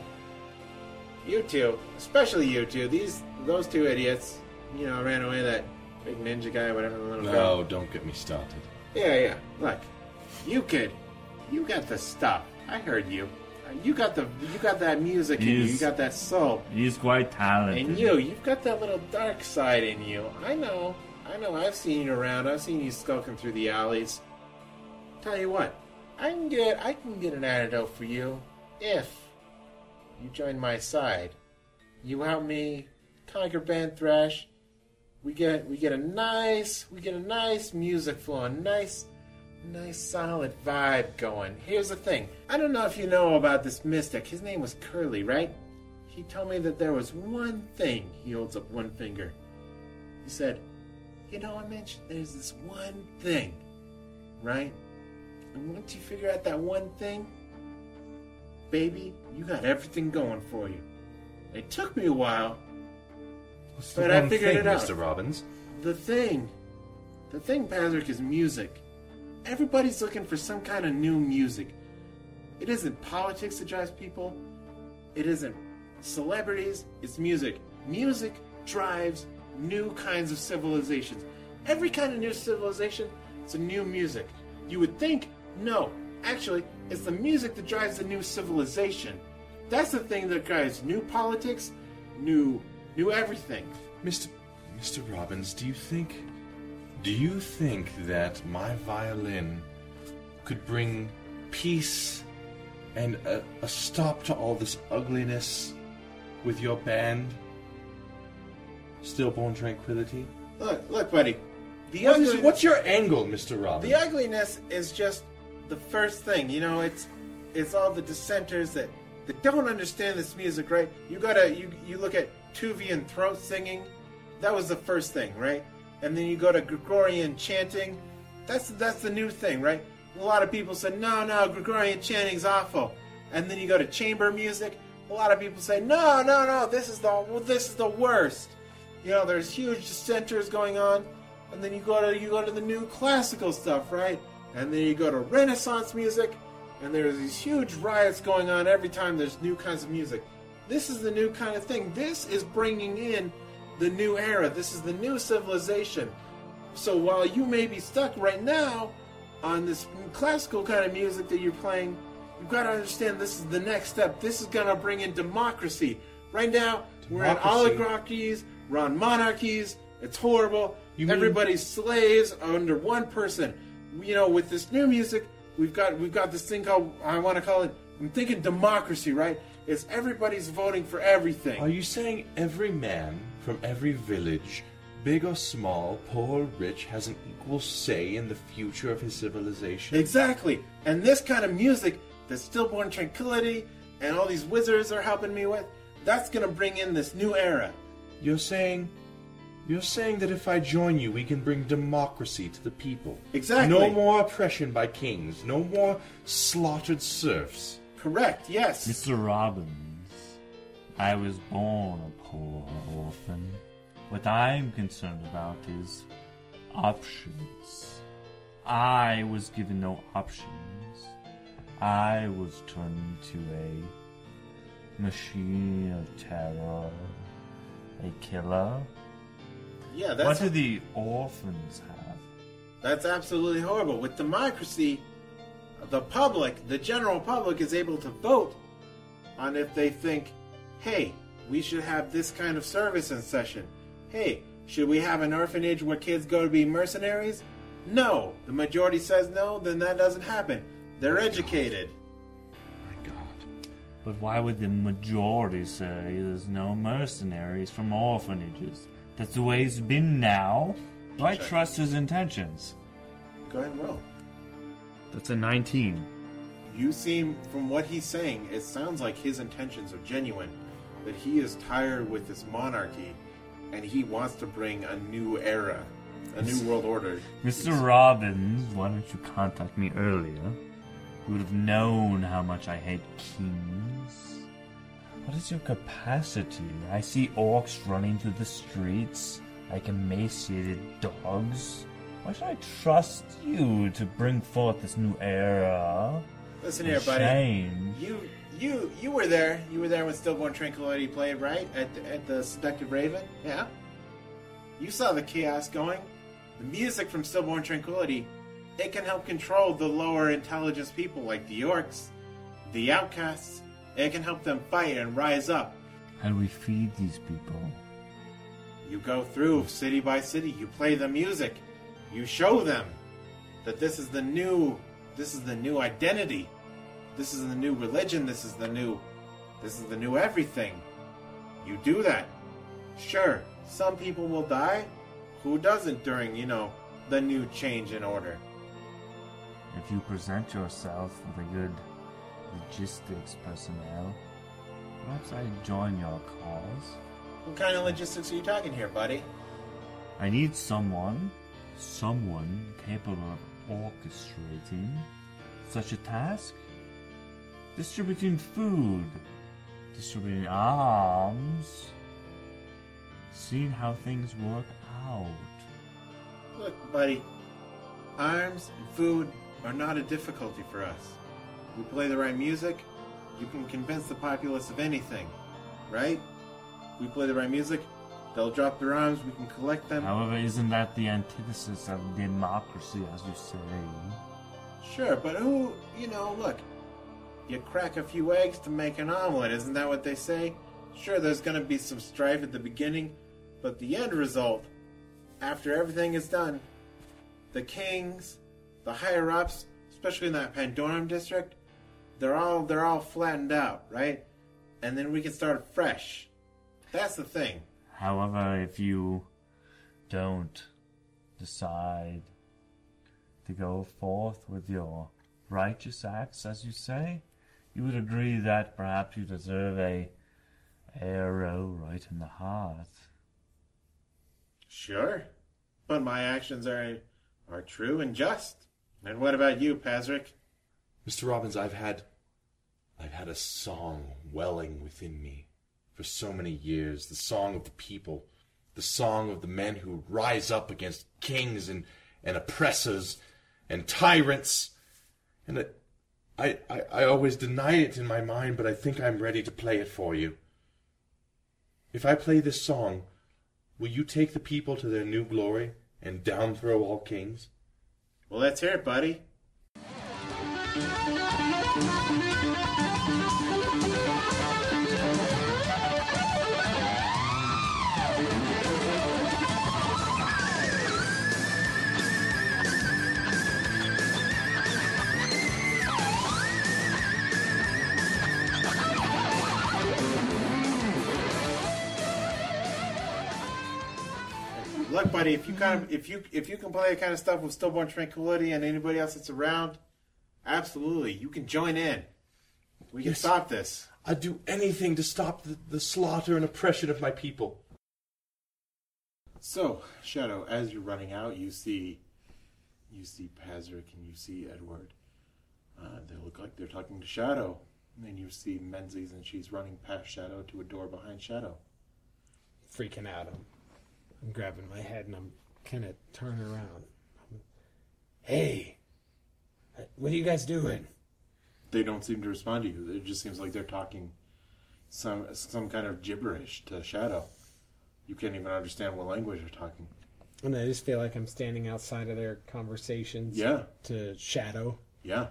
Speaker 1: You two, especially you two, these those two idiots. You know, ran away that big ninja guy, whatever the little girl.
Speaker 4: No, don't get me started.
Speaker 1: Yeah, yeah. Look, you could, you got the stuff. I heard you. Uh, You got the, you got that music in you. You
Speaker 5: Yes.
Speaker 1: got that soul,
Speaker 5: He's quite talented.
Speaker 1: and you, Oh, you've got that little dark side in you. I know, I know. I've seen you around. I've seen you skulking through the alleys. Tell you what, I can get, I can get an antidote for you if you join my side. You help me conquer Band Thrash. We get we get a nice we get a nice music flow, a nice nice solid vibe going. Here's the thing. I don't know if you know about this mystic. His name was Curly, right? He told me that there was one thing. He holds up one finger. He said, "You know, I mentioned there's this one thing, right? And once you figure out that one thing, baby, you got everything going for you." It took me a while,
Speaker 4: The
Speaker 1: but I
Speaker 4: one
Speaker 1: figured
Speaker 4: thing,
Speaker 1: it out.
Speaker 4: Mr. Robbins.
Speaker 1: The thing, the thing, Patrick, is music. Everybody's looking for some kind of new music. It isn't politics that drives people. It isn't celebrities. It's music. Music drives new kinds of civilizations. Every kind of new civilization, it's a new music. You would think, no. Actually, it's the music that drives the new civilization. That's the thing that drives new politics, new, new everything.
Speaker 4: Mr. Mr. Robbins, do you think. Do you think that my violin could bring peace and a, a stop to all this ugliness with your band? Stillborn Tranquility?
Speaker 1: Look, look, buddy. The
Speaker 4: What is-
Speaker 1: ugly-
Speaker 4: what's your angle, Mr. Robbins?
Speaker 1: The ugliness is just the first thing, you know. It's it's all the dissenters that that don't understand this music, right? You gotta you you look at Tuvian throat singing, that was the first thing, right? And then you go to Gregorian chanting, that's that's the new thing, right? A lot of people say no, no, Gregorian chanting's awful. And then you go to chamber music, a lot of people say no, no, no, this is the well, this is the worst. You know, there's huge dissenters going on and then you go to you go to the new classical stuff, right? And then you go to Renaissance music, and there's these huge riots going on every time there's new kinds of music. This is the new kind of thing. This is bringing in the new era. This is the new civilization. So while you may be stuck right now on this classical kind of music that you're playing, you've got to understand this is the next step. This is going to bring in democracy. Right now, we're on
Speaker 4: Democracy.
Speaker 1: oligarchies, we're on monarchies. It's horrible. Everybody's slaves under one person. You know, with this new music, we've got we've got this thing called I want to call it. I'm thinking democracy, right? It's everybody's voting for everything.
Speaker 4: Are you saying every man from every village, big or small, poor or rich, has an equal say in the future of his civilization?
Speaker 1: Exactly. And this kind of music that Stillborn Tranquility and all these wizards are helping me with, that's going to bring in this new era.
Speaker 4: You're saying. You're saying that if I join you, we can bring democracy to the people.
Speaker 1: Exactly.
Speaker 4: No more oppression by kings. No more slaughtered serfs.
Speaker 1: Correct, yes.
Speaker 5: Mr. Robbins, I was born a poor orphan. What I'm concerned about is options. I was given no options. I was turned into a machine of terror, a killer.
Speaker 1: Yeah,
Speaker 5: what
Speaker 1: that's
Speaker 5: do the orphans have?
Speaker 1: that's absolutely horrible. With democracy, the public, the general public is able to vote on if they think, "Hey, we should have this kind of service in session. Hey, should we have an orphanage where kids go to be mercenaries?" No, the majority says no, then that doesn't happen. They're educated.
Speaker 5: But why would the majority say there's no mercenaries from orphanages? That's the way it's been now. Do I trust his intentions?
Speaker 1: Go ahead and roll.
Speaker 5: That's a 19.
Speaker 1: You seem, from what he's saying, it sounds like his intentions are genuine. That he is tired with this monarchy, and he wants to bring a new era, a new world order.
Speaker 5: Mr. Robbins, why don't you contact me earlier? You would have known how much I hate kings. What is your capacity? I see orcs running through the streets like emaciated dogs. Why should I trust you to bring forth this new era?
Speaker 1: Listen
Speaker 5: and
Speaker 1: here, buddy.
Speaker 5: Change?
Speaker 1: You, you, you were there. You were there when Stillborn Tranquility played, right? At the, at the Seductive Raven. Yeah. You saw the chaos going. The music from Stillborn Tranquility, it can help control the lower intelligence people like the orcs, the outcasts. It can help them fight and rise up.
Speaker 5: How do we feed these people?
Speaker 1: You go through city by city. You play the music. You show them that this is the new, this is the new identity. This is the new religion. This is the new, this is the new everything. You do that. Sure, some people will die. Who doesn't during, you know, the new change in order?
Speaker 5: If you present yourself with a good logistics personnel, perhaps I join your cause.
Speaker 1: What kind of logistics are you talking here, buddy?
Speaker 5: I need someone, someone capable of orchestrating such a task. Distributing food, distributing arms, seeing how things work out.
Speaker 1: Look, buddy, arms and food are not a difficulty for us. You play the right music, you can convince the populace of anything, right? We play the right music, they'll drop their arms, we can collect them.
Speaker 5: However, isn't that the antithesis of democracy, as you say?
Speaker 1: Sure, but who, you know, look, you crack a few eggs to make an omelet, isn't that what they say? Sure, there's gonna be some strife at the beginning, but the end result, after everything is done, the kings, the higher ups, especially in that Pandorum district, they're all they're all flattened out, right? And then we can start fresh. That's the thing.
Speaker 5: However, if you don't decide to go forth with your righteous acts, as you say, you would agree that perhaps you deserve a arrow right in the heart.
Speaker 1: Sure. But my actions are are true and just. And what about you, Pazric?
Speaker 4: Mr. Robbins, I've had I've had a song welling within me for so many years, the song of the people, the song of the men who rise up against kings and, and oppressors and tyrants. And it, I, I I always denied it in my mind, but I think I'm ready to play it for you. If I play this song, will you take the people to their new glory and downthrow all kings?
Speaker 1: Well, let's hear it, buddy. Look, buddy, if you kind of if you if you can play that kind of stuff with Stillborn Tranquility and anybody else that's around, absolutely, you can join in. We can stop this.
Speaker 4: I'd do anything to stop the, the slaughter and oppression of my people.
Speaker 1: So, Shadow, as you're running out, you see, you see Pazric and you see Edward. Uh, they look like they're talking to Shadow, and then you see Menzies, and she's running past Shadow to a door behind Shadow.
Speaker 7: Freaking out. I'm, I'm grabbing my head and I'm kind of turning around. Hey, what are you guys doing?
Speaker 1: They don't seem to respond to you. It just seems like they're talking some some kind of gibberish to Shadow. You can't even understand what language they're talking.
Speaker 7: And I just feel like I'm standing outside of their conversations.
Speaker 1: Yeah.
Speaker 7: To shadow.
Speaker 1: Yeah.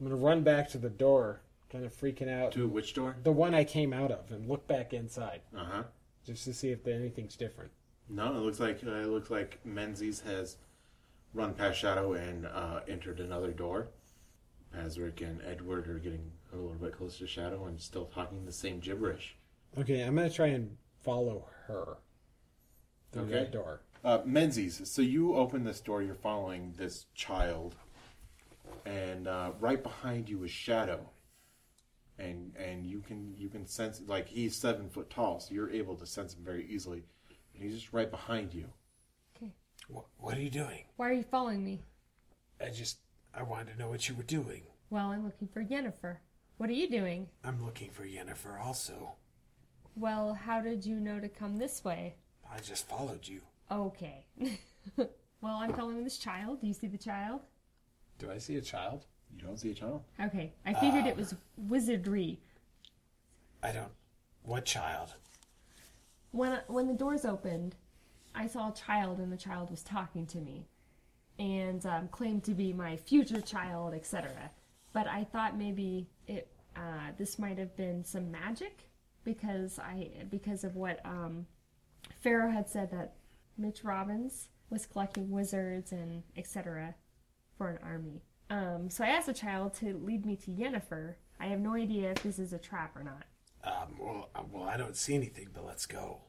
Speaker 7: I'm gonna run back to the door, kind of freaking out.
Speaker 1: To which door?
Speaker 7: The one I came out of, and look back inside.
Speaker 1: Uh huh.
Speaker 7: Just to see if there- anything's different.
Speaker 1: No, it looks like uh, it looks like Menzies has run past Shadow and uh, entered another door. Pazric and Edward are getting a little bit closer to Shadow and still talking the same gibberish.
Speaker 7: Okay, I'm gonna try and follow her through
Speaker 1: Okay.
Speaker 7: that door.
Speaker 1: Uh, Menzies, so you open this door, you're following this child, and uh, right behind you is Shadow, and and you can you can sense like he's seven foot tall, so you're able to sense him very easily, and he's just right behind you.
Speaker 7: What are you doing?
Speaker 12: Why are you following me?
Speaker 7: I just I wanted to know what you were doing.
Speaker 12: Well, I'm looking for Yennefer. What are you doing?
Speaker 7: I'm looking for Yennefer also.
Speaker 12: Well, how did you know to come this way?
Speaker 7: I just followed you.
Speaker 12: Okay. well, I'm following this child. Do you see the child?
Speaker 7: Do I see a child?
Speaker 1: You don't see a child.
Speaker 12: Okay. I figured it
Speaker 7: Um.
Speaker 12: was wizardry.
Speaker 7: I don't. What child?
Speaker 12: When when the doors opened, I saw a child and the child was talking to me, and um, claimed to be my future child, etc. But I thought maybe it uh, this might have been some magic because I because of what um, Pharaoh had said that Mitch Robbins was collecting wizards and etc. for an army. Um, so I asked the child to lead me to Yennefer. I have no idea if this is a trap or not.
Speaker 7: Um, well, uh, well, I don't see anything, but let's go.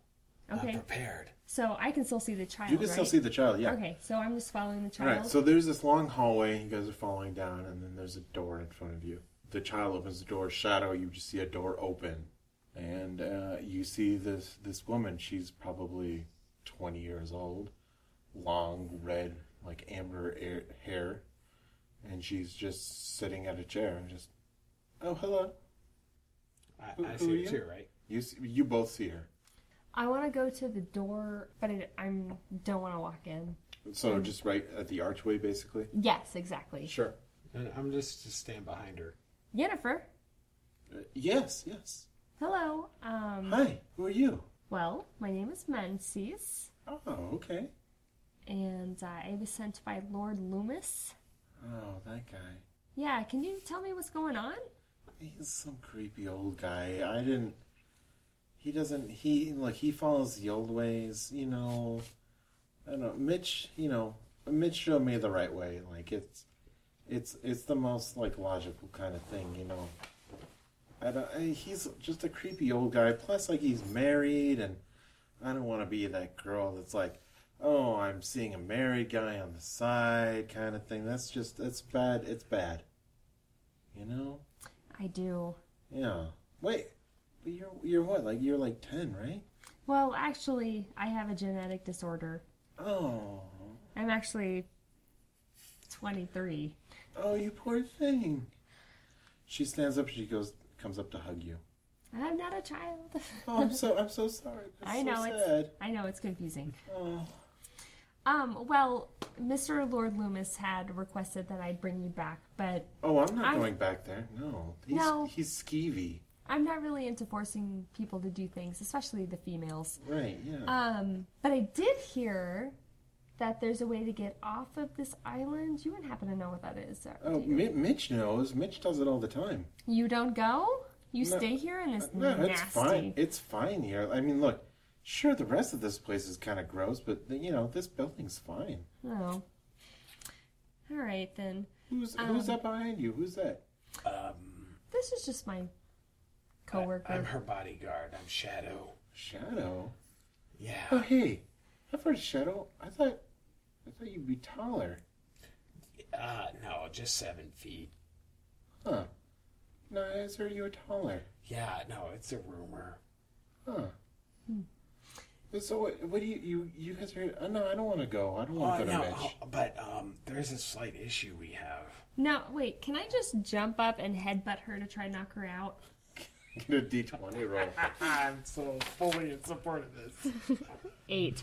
Speaker 12: Okay.
Speaker 7: I'm prepared.
Speaker 12: So I can still see the child.
Speaker 1: You can still
Speaker 12: right?
Speaker 1: see the child, yeah.
Speaker 12: Okay, so I'm just following the
Speaker 1: All
Speaker 12: child.
Speaker 1: right, so there's this long hallway you guys are following down, and then there's a door in front of you. The child opens the door. Shadow, you just see a door open, and uh, you see this this woman. She's probably 20 years old, long red, like amber air, hair, and she's just sitting at a chair and just, oh hello.
Speaker 7: I,
Speaker 1: Who-
Speaker 7: I
Speaker 1: who
Speaker 7: see
Speaker 1: are
Speaker 7: you
Speaker 1: you?
Speaker 7: too, right?
Speaker 1: You see, you both see her.
Speaker 12: I want to go to the door, but I I'm, don't want to walk in.
Speaker 7: Hmm.
Speaker 1: So just right at the archway, basically.
Speaker 12: Yes, exactly.
Speaker 1: Sure.
Speaker 7: And I'm just to stand behind her.
Speaker 12: Yennefer,
Speaker 1: Uh, yes, yes.
Speaker 12: hello. Um,
Speaker 1: Hi, who are you?
Speaker 12: Well, my name is Menses,
Speaker 1: Oh, okay.
Speaker 12: and uh, I was sent by Lord Loomis.
Speaker 1: Oh, that guy.
Speaker 12: Yeah, can you tell me what's going on?
Speaker 1: He's some creepy old guy. I didn't. He doesn't. He like he follows the old ways. You know. I don't know. Mitch. You know. Mitch showed me the right way. Like it's, it's it's the most like logical kind of thing. You know. I don't. I, he's just a creepy old guy. Plus, like he's married, and I don't want to be that girl that's like, oh, I'm seeing a married guy on the side, kind of thing. That's just that's bad. It's bad. You know.
Speaker 12: I do.
Speaker 1: Yeah. Wait, but you're you're what? Like you're like ten, right?
Speaker 12: Well, actually, I have a genetic disorder.
Speaker 1: Oh.
Speaker 12: I'm actually 23.
Speaker 1: Oh, you poor thing. She stands up. She goes, comes up to hug you.
Speaker 12: I'm not a child.
Speaker 1: Oh, I'm so I'm so sorry. That's
Speaker 12: I
Speaker 1: so
Speaker 12: know it's
Speaker 1: sad.
Speaker 12: I know it's confusing.
Speaker 1: Oh.
Speaker 12: Um, well, Mr. Lord Loomis had requested that I bring you back, but
Speaker 1: Oh, I'm not
Speaker 12: I'm-
Speaker 1: going back there. No. He's,
Speaker 12: No.
Speaker 1: He's skeevy.
Speaker 12: I'm not really into forcing people to do things, especially the females.
Speaker 1: Right. Yeah.
Speaker 12: Um, but I did hear that there's a way to get off of this island. You wouldn't happen to know what that is. do
Speaker 1: oh,
Speaker 12: you?
Speaker 1: Mi- Mitch knows. Mitch does it all the time.
Speaker 12: You don't go? You
Speaker 1: No.
Speaker 12: stay here in this
Speaker 1: No,
Speaker 12: nasty.
Speaker 1: it's fine. It's fine here. I mean, look. Sure, the rest of this place is kind of gross, but you know this building's fine.
Speaker 12: Oh. All right then.
Speaker 1: Who's who's
Speaker 12: Um,
Speaker 1: up behind you? Who's that?
Speaker 7: Um,
Speaker 12: This is just my coworker.
Speaker 1: I'm
Speaker 7: Her bodyguard. I'm Shadow.
Speaker 1: Shadow.
Speaker 7: Yeah.
Speaker 1: Oh hey, I've heard of Shadow. I thought, I thought you'd be taller.
Speaker 7: Uh, no, just seven feet.
Speaker 1: Huh? No, I just heard you were taller.
Speaker 7: Yeah, no, it's a rumor.
Speaker 1: Huh? So what? What do you you you guys heard? Oh, no, I don't want to go. I don't
Speaker 7: Oh,
Speaker 1: want to go
Speaker 7: no,
Speaker 1: to Mitch.
Speaker 7: oh, but um, there's a slight issue we have.
Speaker 12: Now, wait, can I just jump up and headbutt her to try and knock her out?
Speaker 1: Get a D twenty roll.
Speaker 3: I'm so fully in support of this.
Speaker 12: Eight.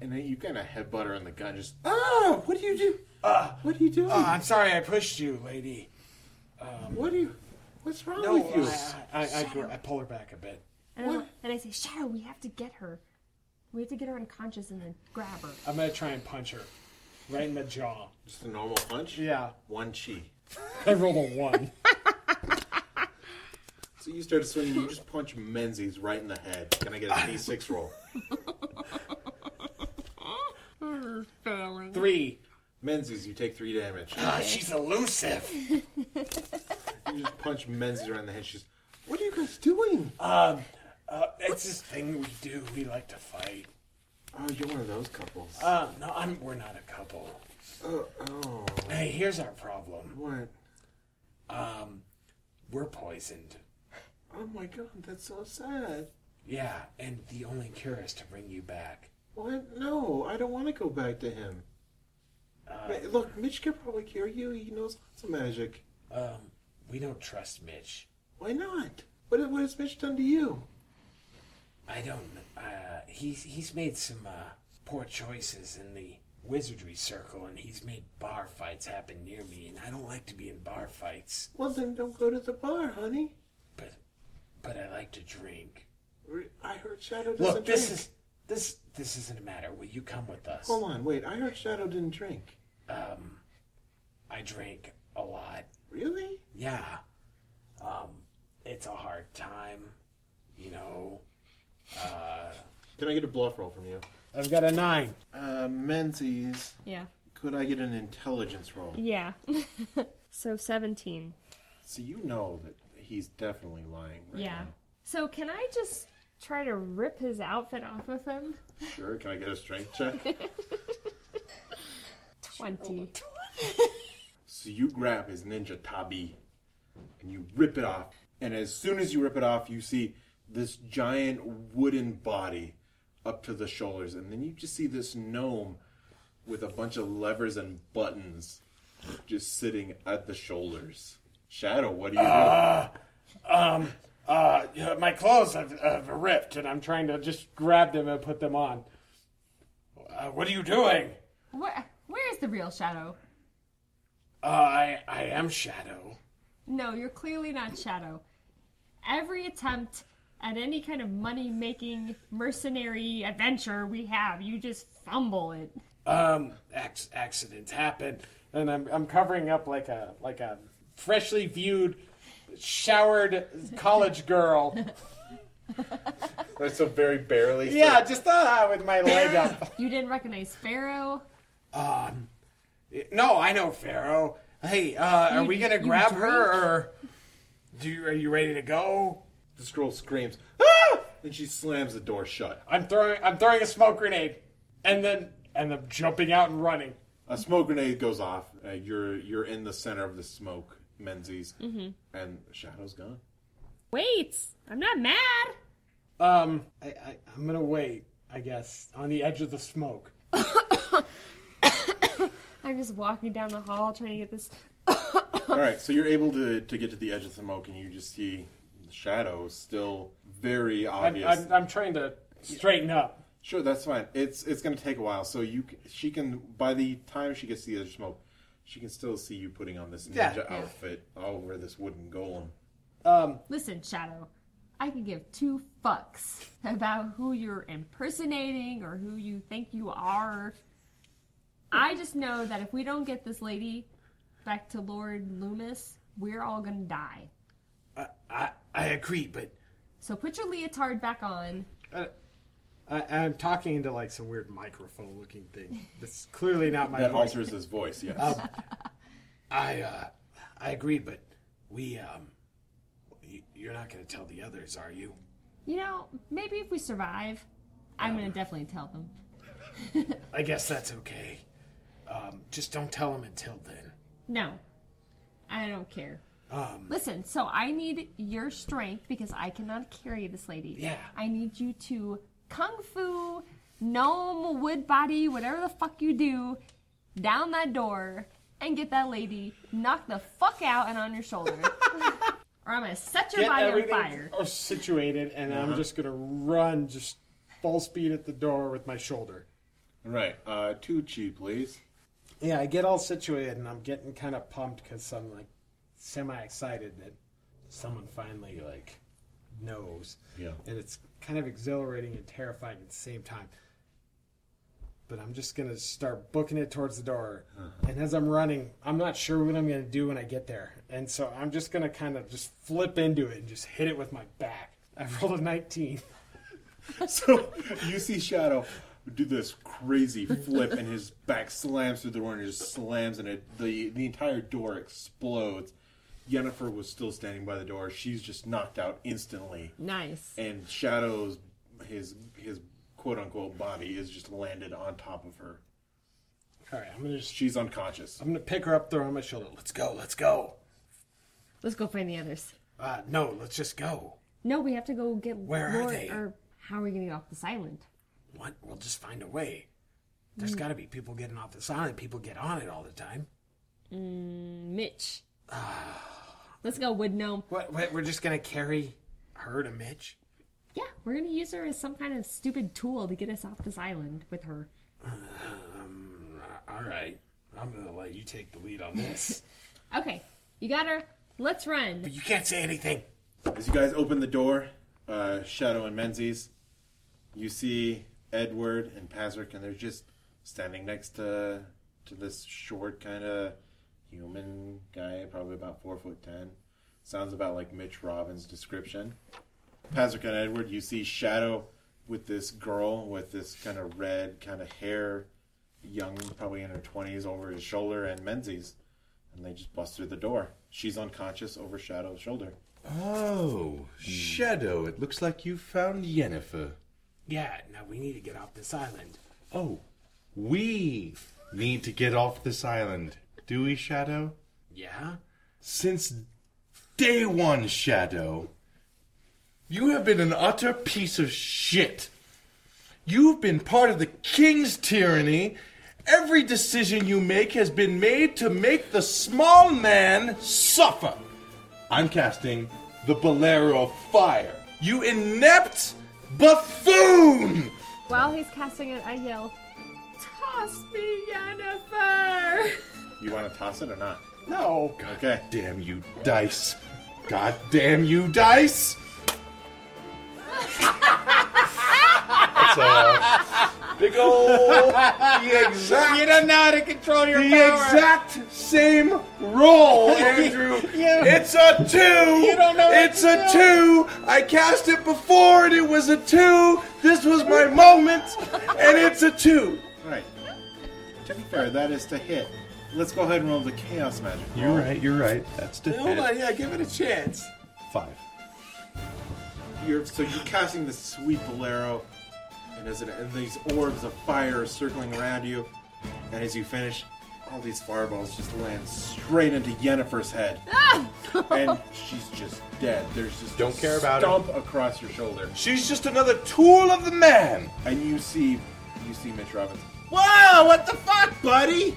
Speaker 1: And then you kind of headbutt her in the gun. Just ah, what do you do? Ah, what are you doing?
Speaker 7: Oh, I'm sorry I pushed you, lady.
Speaker 1: what do you? What's wrong
Speaker 7: No, uh,
Speaker 1: with you?
Speaker 7: I, I, I, I, gr- I pull her back a bit.
Speaker 12: And, I'm, and I say, Shadow, we have to get her. We have to get her unconscious and then grab her.
Speaker 3: I'm gonna try and punch her right in the jaw.
Speaker 1: Just a normal punch.
Speaker 3: Yeah,
Speaker 1: One chi.
Speaker 3: I rolled a one.
Speaker 1: So you started swinging. You just punch Menzies right in the head. Can I get a D six roll?
Speaker 3: Three.
Speaker 1: Menzies, you take three damage.
Speaker 7: Ah, she's elusive.
Speaker 1: You just punch Menzies around the head. She's, what are you guys doing?
Speaker 7: Um, uh, it's this thing we do. We like to fight.
Speaker 1: Oh, you're one of those couples.
Speaker 7: Um, no, I'm, we're not a couple.
Speaker 1: oh, Uh, oh,
Speaker 7: Hey, here's our problem.
Speaker 1: what?
Speaker 7: Um, we're poisoned.
Speaker 1: Oh my god, that's so sad.
Speaker 7: Yeah, and the only cure is to bring you back.
Speaker 1: What? No, I don't want to go back to him. Ma- Look, Mitch can probably cure you. He knows lots of magic.
Speaker 7: Um, we don't trust Mitch.
Speaker 1: Why not? What, what has Mitch done to you?
Speaker 7: I don't. Uh, he's he's made some uh, poor choices in the wizardry circle, and he's made bar fights happen near me, and I don't like to be in bar fights.
Speaker 1: Well, then don't go to the bar, honey.
Speaker 7: But but I like to drink.
Speaker 1: Re- I heard Shadow doesn't
Speaker 7: Look, this
Speaker 1: drink.
Speaker 7: is this this isn't a matter. Will you come with us?
Speaker 1: Hold on, wait. I heard Shadow didn't drink.
Speaker 7: Um, I drink a lot.
Speaker 1: Really?
Speaker 7: Yeah. Um, it's a hard time, you know. Uh,
Speaker 1: Can I get a bluff roll from you?
Speaker 3: I've got a nine.
Speaker 1: Uh, Menzies,
Speaker 12: Yeah.
Speaker 1: could I get an intelligence roll?
Speaker 12: Yeah. so 17.
Speaker 1: So you know that he's definitely lying. Right
Speaker 12: yeah. So can I just try to rip his outfit off of him?
Speaker 1: Now. Sure. Can I get a strength check?
Speaker 12: 20.
Speaker 1: so you grab his ninja tabi, and you rip it off. And as soon as you rip it off, you see this giant wooden body up to the shoulders, and then you just see this gnome with a bunch of levers and buttons just sitting at the shoulders. Shadow, what do you
Speaker 3: Um, uh, yeah, my clothes have, have ripped, and I'm trying to just grab them and put them on.
Speaker 7: uh, what are you doing?
Speaker 12: Where, where is the real Shadow?
Speaker 7: Uh, I I am Shadow.
Speaker 12: No, you're clearly not Shadow. Every attempt at any kind of money making mercenary adventure we have, you just fumble it.
Speaker 7: Um, ac- accidents happen, and I'm I'm covering up like a like a freshly viewed, showered college girl.
Speaker 1: That's so very barely.
Speaker 7: yeah, just ah with my leg up.
Speaker 12: You didn't recognize Pharaoh.
Speaker 7: Um, no, I know Pharaoh. Hey, uh, are
Speaker 12: You-
Speaker 7: we gonna
Speaker 12: you
Speaker 7: grab
Speaker 12: drink?
Speaker 7: her or do you, are you ready to go?
Speaker 1: This girl screams, "Ah!" and she slams the door shut.
Speaker 7: I'm throwing I'm throwing a smoke grenade, and then and then jumping out and running.
Speaker 1: A smoke grenade goes off. Uh, you're you're in the center of the smoke, Menzies,
Speaker 7: Mm-hmm.
Speaker 13: Mhm.
Speaker 1: and Shadow's gone.
Speaker 13: Wait, I'm not mad.
Speaker 7: Um, I, I I'm gonna wait. I guess on the edge of the smoke.
Speaker 12: I'm just walking down the hall trying to get this.
Speaker 1: All right, so you're able to to get to the edge of the smoke, and you just see Shadow still very
Speaker 7: I'm,
Speaker 1: obvious.
Speaker 7: I'm I'm trying to straighten up.
Speaker 1: Sure, that's fine. It's it's going to take a while, so you c- she can by the time she gets to the edge of smoke, she can still see you putting on this
Speaker 7: Yeah.
Speaker 1: ninja
Speaker 7: Yeah.
Speaker 1: outfit over this wooden golem.
Speaker 7: Um,
Speaker 12: Listen, Shadow, I can give two fucks about who you're impersonating or who you think you are. I just know that if we don't get this lady back to Lord Loomis, we're all gonna die.
Speaker 7: I I agree, but
Speaker 12: So put your leotard back on.
Speaker 7: I, I'm talking into like some weird microphone looking thing. That's clearly not my
Speaker 1: That
Speaker 7: voice.
Speaker 1: alters his voice, yes.
Speaker 7: Um, I uh, I agree, but we um, y- you're not gonna tell the others, are you?
Speaker 12: You know, maybe if we survive, I'm gonna definitely tell them.
Speaker 7: I guess that's okay. Um, just don't tell them until then.
Speaker 12: No, I don't care.
Speaker 7: Um,
Speaker 12: Listen, so I need your strength because I cannot carry this lady.
Speaker 7: Yeah.
Speaker 12: I need you to kung fu, gnome, wood body, whatever the fuck you do, down that door and get that lady knocked the fuck out and on your shoulder. or I'm gonna set your body on fire.
Speaker 7: uh, situated, and I'm
Speaker 1: Uh-huh.
Speaker 7: just gonna run just full speed at the door with my shoulder.
Speaker 1: Right, uh, two chi, please.
Speaker 7: Yeah, I get all situated and I'm getting kind of pumped because I'm like semi excited that someone finally like knows.
Speaker 1: Yeah.
Speaker 7: And it's kind of exhilarating and terrifying at the same time. But I'm just going to start booking it towards the door. And as I'm running, I'm not sure what I'm going to do when I get there. And so I'm just going to kind of just flip into it and just hit it with my back. I rolled a 19.
Speaker 1: So you see Shadow do this crazy flip, and his back slams through the door and just slams, and it, the the entire door explodes. Yennefer was still standing by the door. She's just knocked out instantly.
Speaker 12: Nice.
Speaker 1: And Shadow's his his quote unquote body is just landed on top of her.
Speaker 7: All right, I'm going to just.
Speaker 1: She's unconscious.
Speaker 7: I'm going to pick her up, throw her on my shoulder. Let's go, let's go.
Speaker 12: Let's go find the others.
Speaker 7: Uh, no, let's just go.
Speaker 12: No, we have to go get
Speaker 7: Where are
Speaker 12: Lord-
Speaker 7: they?
Speaker 12: Or how are we gonna get off this island?
Speaker 7: What? We'll just find a way. There's
Speaker 4: Hmm.
Speaker 12: Mm.
Speaker 7: got to be people getting off this island. People get on it all the time.
Speaker 12: Mm, Mitch. Let's go, Wood Gnome.
Speaker 7: What? what we're just gonna carry her to Mitch?
Speaker 12: Yeah, we're gonna use her as some kind of stupid tool to get us off this island with her.
Speaker 7: Um, all right. I'm gonna let you take the lead on this.
Speaker 12: Okay, you got her. Let's run.
Speaker 7: you can't say anything.
Speaker 1: As you guys open the door, uh, Shadow and Menzies, you see Edward and Pazrick, and they're just standing next to to this short kind of human guy, probably about four foot ten. Sounds about like Mitch Robbins' description. Pazrick and Edward, you see Shadow with this girl with this kind of red kind of hair, young, probably in her twenties, over his shoulder, and Menzies, and they just bust through the door. She's unconscious over Shadow's shoulder.
Speaker 4: Oh, Shadow, it looks like you found Yennefer.
Speaker 7: Yeah. Now we need to get off this island.
Speaker 4: Oh, we need to get off this island, do we, Shadow?
Speaker 7: Yeah.
Speaker 4: Since day one, Shadow, you have been an utter piece of shit. You've been part of the king's tyranny. Every decision you make has been made to make the small man suffer. I'm casting the Bolero of Fire. You inept buffoon!
Speaker 12: While he's casting it, I yell, "Toss me, Yennefer!"
Speaker 1: You want to toss it or not?
Speaker 10: Oh,
Speaker 14: No.
Speaker 4: God damn you, dice. God damn you, dice! That's uh, big old the exact.
Speaker 10: You don't know how to control your
Speaker 4: the
Speaker 10: power.
Speaker 4: exact same roll, Andrew.
Speaker 10: You-
Speaker 4: It's a two.
Speaker 10: You don't know what
Speaker 4: It's
Speaker 10: to
Speaker 4: a two. I cast it before, and it was a two. This was my moment, and it's a two.
Speaker 1: Alright. To be fair, that is to hit. Let's go ahead and roll the chaos magic.
Speaker 4: You're
Speaker 1: roll.
Speaker 4: right. You're right. That's to
Speaker 1: Hold
Speaker 4: hit.
Speaker 1: on,
Speaker 14: yeah, give it a chance.
Speaker 4: Five.
Speaker 1: You're so you're casting this sweet bolero, and as it, and these orbs of fire are circling around you, and as you finish, all these fireballs just land straight into Yennefer's head, and she's just dead. There's just
Speaker 4: Don't
Speaker 1: a
Speaker 4: care about her.
Speaker 1: stump across your shoulder,
Speaker 4: She's just another tool of the man.
Speaker 1: and you see you see Mitch Robbins.
Speaker 10: Whoa, what the fuck, buddy?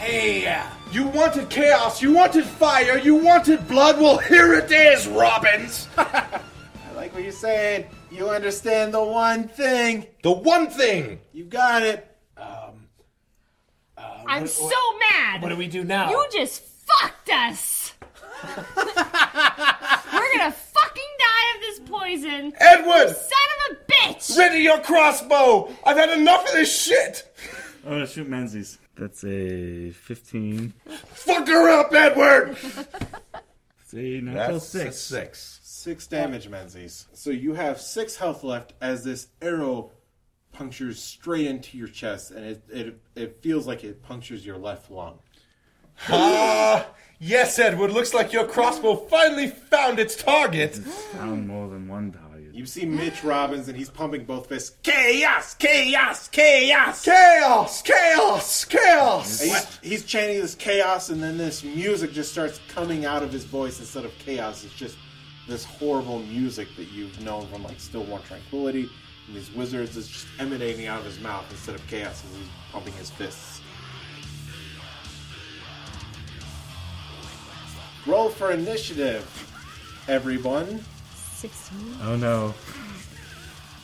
Speaker 10: hey,
Speaker 4: You wanted chaos, you wanted fire, you wanted blood. Well, here it is, Robbins.
Speaker 1: I like what you're saying. You understand the one thing.
Speaker 4: The one thing.
Speaker 1: You got it.
Speaker 6: I'm
Speaker 14: what-
Speaker 6: so
Speaker 14: what-
Speaker 6: mad.
Speaker 14: what do we do now?
Speaker 6: You just fucked us. We're gonna fucking die of this poison.
Speaker 4: Edward!
Speaker 6: You Son of a bitch!
Speaker 4: Ready your crossbow! I've had enough of this shit!
Speaker 5: I'm gonna shoot Menzies. That's a 15.
Speaker 4: Fuck her up, Edward!
Speaker 5: See,
Speaker 1: That's a
Speaker 5: six.
Speaker 4: six.
Speaker 1: Six damage, Menzies. So you have six health left as this arrow punctures straight into your chest, and it it, it feels like it punctures your left lung.
Speaker 4: Ah, yes, Edward. Looks like your crossbow finally found its target.
Speaker 5: Found more than one target.
Speaker 1: You see Mitch Robbins, and he's pumping both fists. Chaos! Chaos! Chaos!
Speaker 4: Chaos! Chaos! Chaos!
Speaker 1: And He's, he's chanting this chaos, and then this music just starts coming out of his voice instead of chaos. It's just this horrible music that you've known from like Stillborn Tranquility and these wizards is just emanating out of his mouth instead of chaos as he's pumping his fists. Roll for initiative, everyone.
Speaker 9: 16.
Speaker 5: Oh no.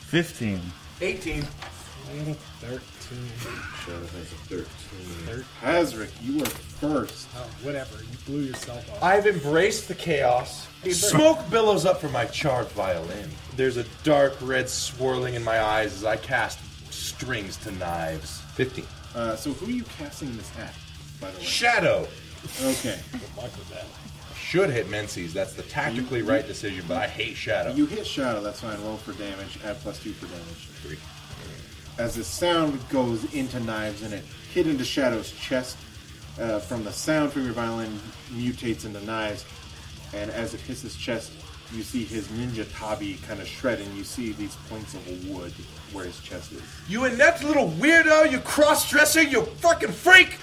Speaker 5: 15.
Speaker 4: 18.
Speaker 14: 13.
Speaker 1: Hazrick, you were first.
Speaker 14: Oh, whatever. You blew yourself up.
Speaker 4: I've embraced the chaos. Smoke billows up from my charred violin. There's a dark red swirling in my eyes as I cast strings to knives. 15.
Speaker 1: Uh, so who are you casting this at, by the way?
Speaker 4: Shadow.
Speaker 1: Okay.
Speaker 4: Should hit Menzies. That's the tactically right decision, but I hate Shadow.
Speaker 1: You hit Shadow, that's fine. Roll for damage. Add plus two for damage.
Speaker 4: Three.
Speaker 1: As the sound goes into knives and it hit into Shadow's chest, uh, from the sound from your violin mutates into knives, and as it hits his chest, you see his ninja tabi kind of shred, and you see these points of wood where his chest is.
Speaker 4: You inept little weirdo, you cross dresser, you fucking freak!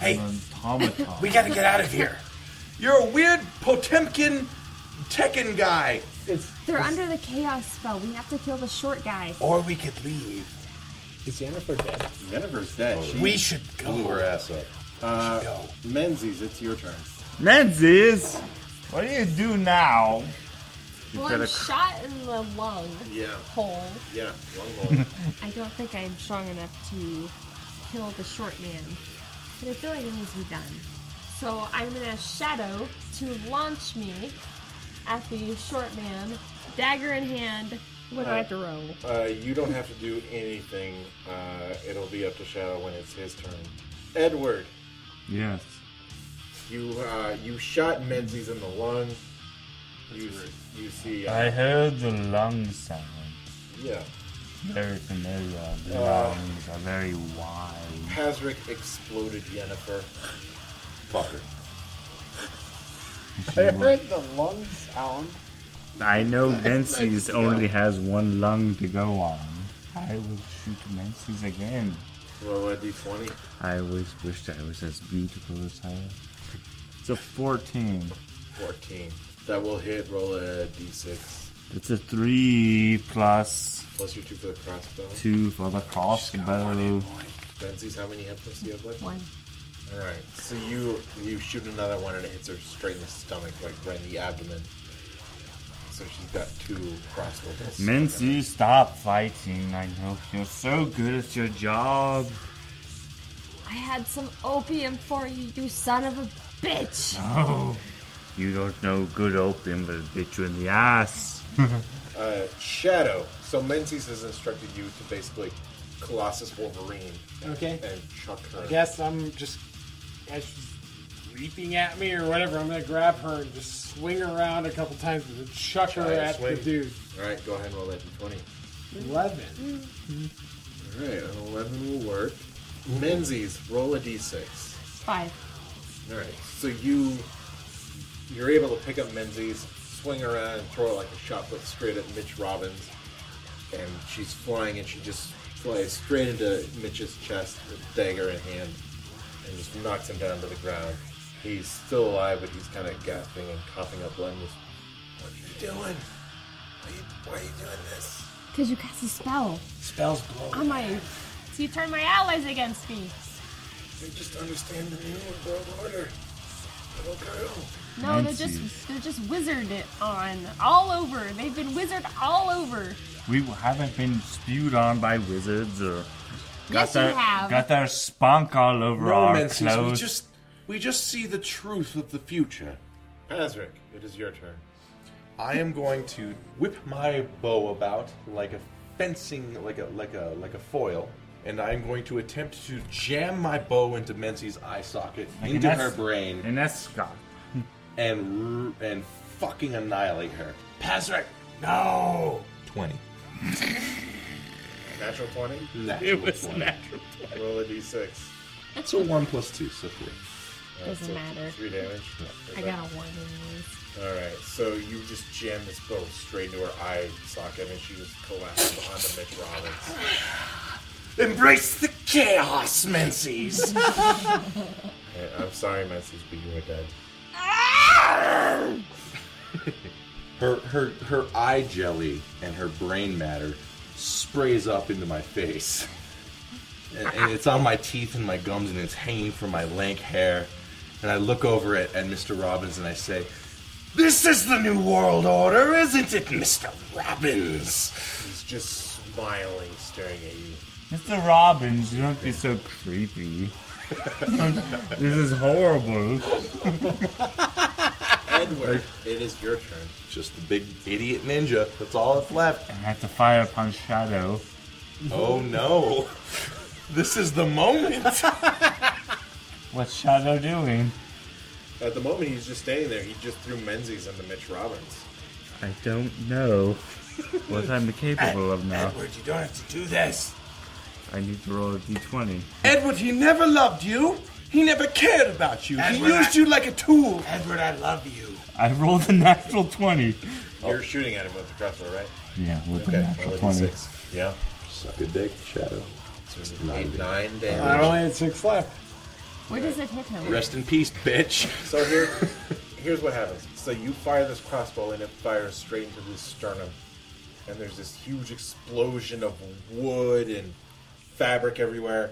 Speaker 4: Hey,
Speaker 5: Automaton.
Speaker 4: we gotta get out of here. You're a weird Potemkin Tekken guy.
Speaker 6: They're under the chaos spell. We have to kill the short guy.
Speaker 5: Oh,
Speaker 4: Or we could leave.
Speaker 14: Is Yennefer dead?
Speaker 1: Yennefer's dead. She-
Speaker 4: We should go. Blew her ass up.
Speaker 1: uh, Menzies, it's your turn.
Speaker 5: Menzies! What do you do now? You
Speaker 9: Well, I'm
Speaker 5: better
Speaker 9: shot in the lung
Speaker 1: Yeah.
Speaker 9: hole.
Speaker 1: Yeah. One roll.
Speaker 9: I don't think I'm strong enough to
Speaker 12: kill the short man. But I feel like it needs to be done. So I'm gonna ask Shadow to launch me at the short man, dagger in hand. What do I have to roll?
Speaker 1: Uh, you don't have to do anything. Uh, it'll be up to Shadow when it's his turn. Edward,
Speaker 5: Yes.
Speaker 1: you uh, you shot Menzies in the lung. You, you see. Uh,
Speaker 5: I heard the lung sound.
Speaker 1: Yeah.
Speaker 5: Very familiar. The
Speaker 1: Uh,
Speaker 5: lungs are very wide.
Speaker 1: Hazrick exploded Yennefer.
Speaker 4: Fucker.
Speaker 14: I heard the lung sound.
Speaker 5: I know Menzies only has one lung to go on. I will shoot Menzies again.
Speaker 1: Roll a d20.
Speaker 5: I always wished I was as beautiful as her. It's a 14.
Speaker 1: 14. That will hit. Roll a d6.
Speaker 5: It's a 3 plus
Speaker 1: Plus your 2 for the crossbow.
Speaker 5: 2 for the crossbow.
Speaker 1: Menzies, how many hit points do you have left?
Speaker 12: One.
Speaker 1: Alright. So you you shoot another one and it hits her straight in the stomach, like right in the abdomen. So she's got two crossbow bolts.
Speaker 5: Mincy, stop fighting. I know you're so good at your job.
Speaker 12: I had some opium for you, you son of a bitch.
Speaker 5: Oh, you don't know good opium will bit you in the ass.
Speaker 1: Uh, Shadow. So Menzies has instructed you to basically Colossus Wolverine. and-
Speaker 14: Okay.
Speaker 1: And chuck her.
Speaker 14: I guess I'm just as she's leaping at me or whatever. I'm gonna grab her and just swing around a couple times and then chuck her
Speaker 1: Giant
Speaker 14: at
Speaker 1: swing.
Speaker 14: the dude.
Speaker 1: All right, go ahead and roll that d20.
Speaker 14: Eleven.
Speaker 1: All right, an 11 will work. Menzies, roll a d6.
Speaker 12: Five.
Speaker 1: All right, so you you're able to pick up Menzies, swing around, and throw it like a shot put straight at Mitch Robbins, and she's flying, and she just flies straight into Mitch's chest, with dagger in hand, and just knocks him down to the ground. He's still alive, but he's kind of gasping and coughing up blood. and just, What are you doing? Why are you, why are you doing this?
Speaker 12: Because you cast a spell.
Speaker 1: Spells blow.
Speaker 12: Oh my. So you turn my allies against me.
Speaker 1: They just understand the new world order. Little girl.
Speaker 12: No, they're just they're just wizard it on all over. They've been wizard all over.
Speaker 5: We haven't been spewed on by wizards or got
Speaker 12: Yes, you
Speaker 5: our
Speaker 12: have.
Speaker 5: got their spunk all over
Speaker 4: No,
Speaker 5: our
Speaker 4: Menzies, we
Speaker 5: clothes.
Speaker 4: just we just see the truth of the future.
Speaker 1: Azric, it is your turn.
Speaker 4: I am going to whip my bow about like a fencing, like a like a like a foil, and I am going to attempt to jam my bow into Menzies' eye socket,
Speaker 5: Like
Speaker 4: into
Speaker 5: an
Speaker 4: her
Speaker 5: S-
Speaker 4: brain,
Speaker 5: an escort,
Speaker 4: and r- and fucking annihilate her. Pazric,
Speaker 14: no.
Speaker 4: Twenty.
Speaker 1: Natural 20?
Speaker 4: Natural It was 20. natural
Speaker 1: Roll a d6.
Speaker 4: That's a one plus two, so three.
Speaker 1: All right,
Speaker 12: Doesn't matter.
Speaker 1: Three damage.
Speaker 12: I got a one anyways.
Speaker 1: Alright, so you just jam this bow straight into her eye socket and she just collapses onto Mitch Robbins.
Speaker 10: Embrace the chaos, Menzies.
Speaker 1: Hey, Uh, I'm sorry, Message, but you are dead.
Speaker 4: Her her her eye jelly and her brain matter sprays up into my face. And, and it's on my teeth and my gums and it's hanging from my lank hair. And I look over at, at Mr. Robbins and I say, This is the new world order, isn't it, Mr. Robbins?
Speaker 1: He's just smiling, staring at you.
Speaker 5: Mr. Robbins, you don't be so creepy. this is horrible.
Speaker 1: Edward, it is your turn.
Speaker 4: Just the big idiot ninja. That's all that's left.
Speaker 5: I have to fire upon Shadow.
Speaker 4: Oh no. this is the moment.
Speaker 5: What's Shadow doing?
Speaker 1: At the moment, he's just standing there. He just threw Menzies into Mitch Robbins.
Speaker 5: I don't know what I'm capable of now.
Speaker 10: Edward, you don't have to do this.
Speaker 5: I need to roll a d20.
Speaker 10: Edward, he never loved you. He never cared about you.
Speaker 5: Edward,
Speaker 10: he used
Speaker 5: I-
Speaker 10: you like a tool. Edward, I love you.
Speaker 5: I rolled a natural 20.
Speaker 1: You're shooting at him with the crossbow, right?
Speaker 5: Yeah, with a
Speaker 1: Okay,
Speaker 5: natural
Speaker 1: roll a
Speaker 5: 20.
Speaker 1: d6. Yeah.
Speaker 4: Suck a dick, Shadow.
Speaker 1: Eight, nine
Speaker 14: I
Speaker 1: damage.
Speaker 14: only had six left.
Speaker 12: Where does it hit him?
Speaker 4: Rest in peace, bitch.
Speaker 1: So here, here's what happens. So you fire this crossbow, and it fires straight into this sternum, and there's this huge explosion of wood and fabric everywhere.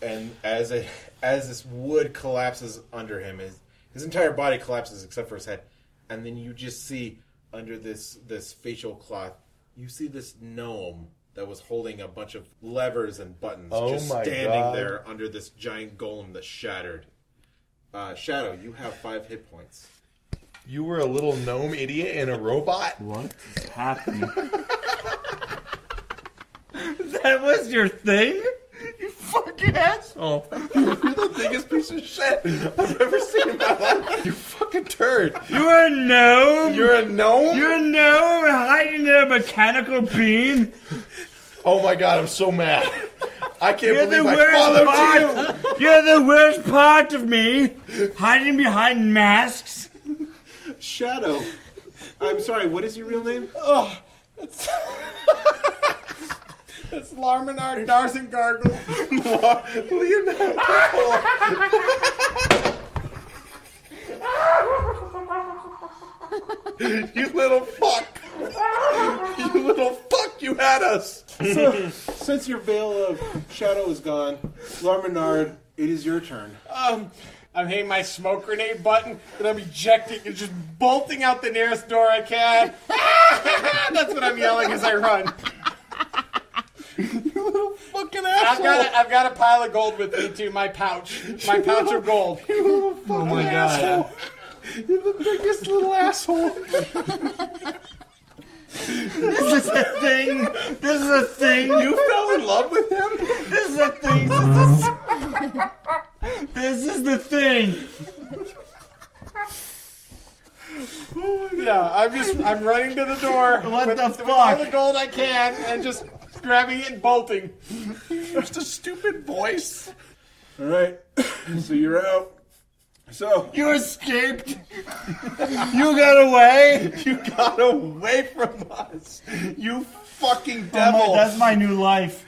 Speaker 1: And as it, as this wood collapses under him, his his entire body collapses except for his head, and then you just see under this this facial cloth, you see this gnome that was holding a bunch of levers and buttons,
Speaker 4: Oh
Speaker 1: just
Speaker 4: my
Speaker 1: standing
Speaker 4: God.
Speaker 1: there under this giant golem that shattered. Uh, Shadow, you have five hit points.
Speaker 4: You were a little gnome idiot and a robot.
Speaker 5: What is happening? that was your thing? You fucking asshole.
Speaker 4: You're the biggest piece of shit I've ever seen in my life. You fucking turd.
Speaker 5: You're a gnome.
Speaker 4: You're a gnome.
Speaker 5: You're a gnome hiding in a mechanical beam.
Speaker 4: oh my god, I'm so mad. I can't
Speaker 5: You're the
Speaker 4: believe I
Speaker 5: worst
Speaker 4: followed you.
Speaker 5: part. You're the worst part of me, hiding behind masks.
Speaker 1: Shadow. I'm sorry, what is your real name?
Speaker 14: Oh, it's it's Larminar Darzen Gargle.
Speaker 4: You little fuck. you little fuck. You had us.
Speaker 1: So, since your veil of shadow is gone, Larminard, it is your turn.
Speaker 14: Um, I'm hitting my smoke grenade button and I'm ejecting and just bolting out the nearest door I can. That's what I'm yelling as I run.
Speaker 15: fucking
Speaker 16: I've
Speaker 15: asshole.
Speaker 16: got, a, I've got a pile of gold with me too. My pouch, my pouch of gold.
Speaker 15: oh my god. You're the biggest little asshole.
Speaker 5: This is a thing. This is a thing. You
Speaker 4: fell in love with him.
Speaker 5: This is a thing. This is, this is the thing.
Speaker 16: Yeah, I'm just I'm running to the door
Speaker 5: What
Speaker 16: with,
Speaker 5: the
Speaker 16: with all
Speaker 5: fuck?
Speaker 16: the gold I can and just grabbing it and bolting. Just a stupid voice.
Speaker 1: All right, so you're out. So
Speaker 5: you escaped. You got away.
Speaker 4: You got away from us. You fucking
Speaker 5: Oh
Speaker 4: devil.
Speaker 5: my- that's my new life.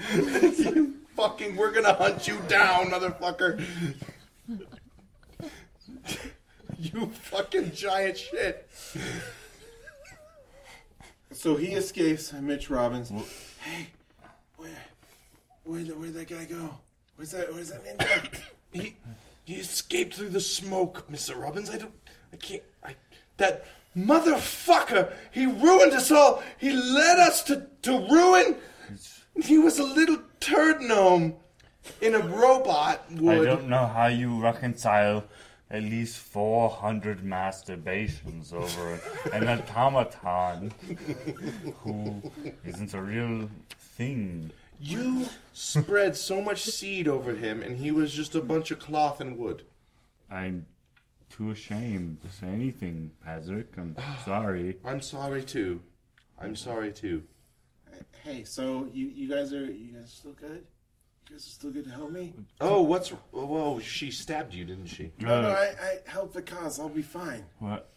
Speaker 4: fucking. We're gonna hunt you down, motherfucker. you fucking giant shit.
Speaker 1: So he escapes. Mitch Robbins. Hey, where, where, the- where'd that guy go? Where's that? Where's that man? go?
Speaker 4: He he escaped through the smoke, Mr. Robbins. I don't. I can't. I that motherfucker. He ruined us all. He led us to to ruin. He was a little turd gnome in a robot
Speaker 5: I
Speaker 4: wood.
Speaker 5: don't know how you reconcile at least 400 masturbations over an automaton who isn't a real thing.
Speaker 4: You spread so much seed over him, and he was just a bunch of cloth and wood.
Speaker 5: I'm too ashamed to say anything, Patrick. I'm sorry.
Speaker 4: I'm sorry too. I'm sorry too.
Speaker 1: Hey, so you, you guys are you guys still good? You guys are still good to help me?
Speaker 4: Oh, what's? Whoa, she stabbed you, didn't she?
Speaker 5: Uh,
Speaker 1: No, no, I, I help the cause. I'll be fine.
Speaker 5: What?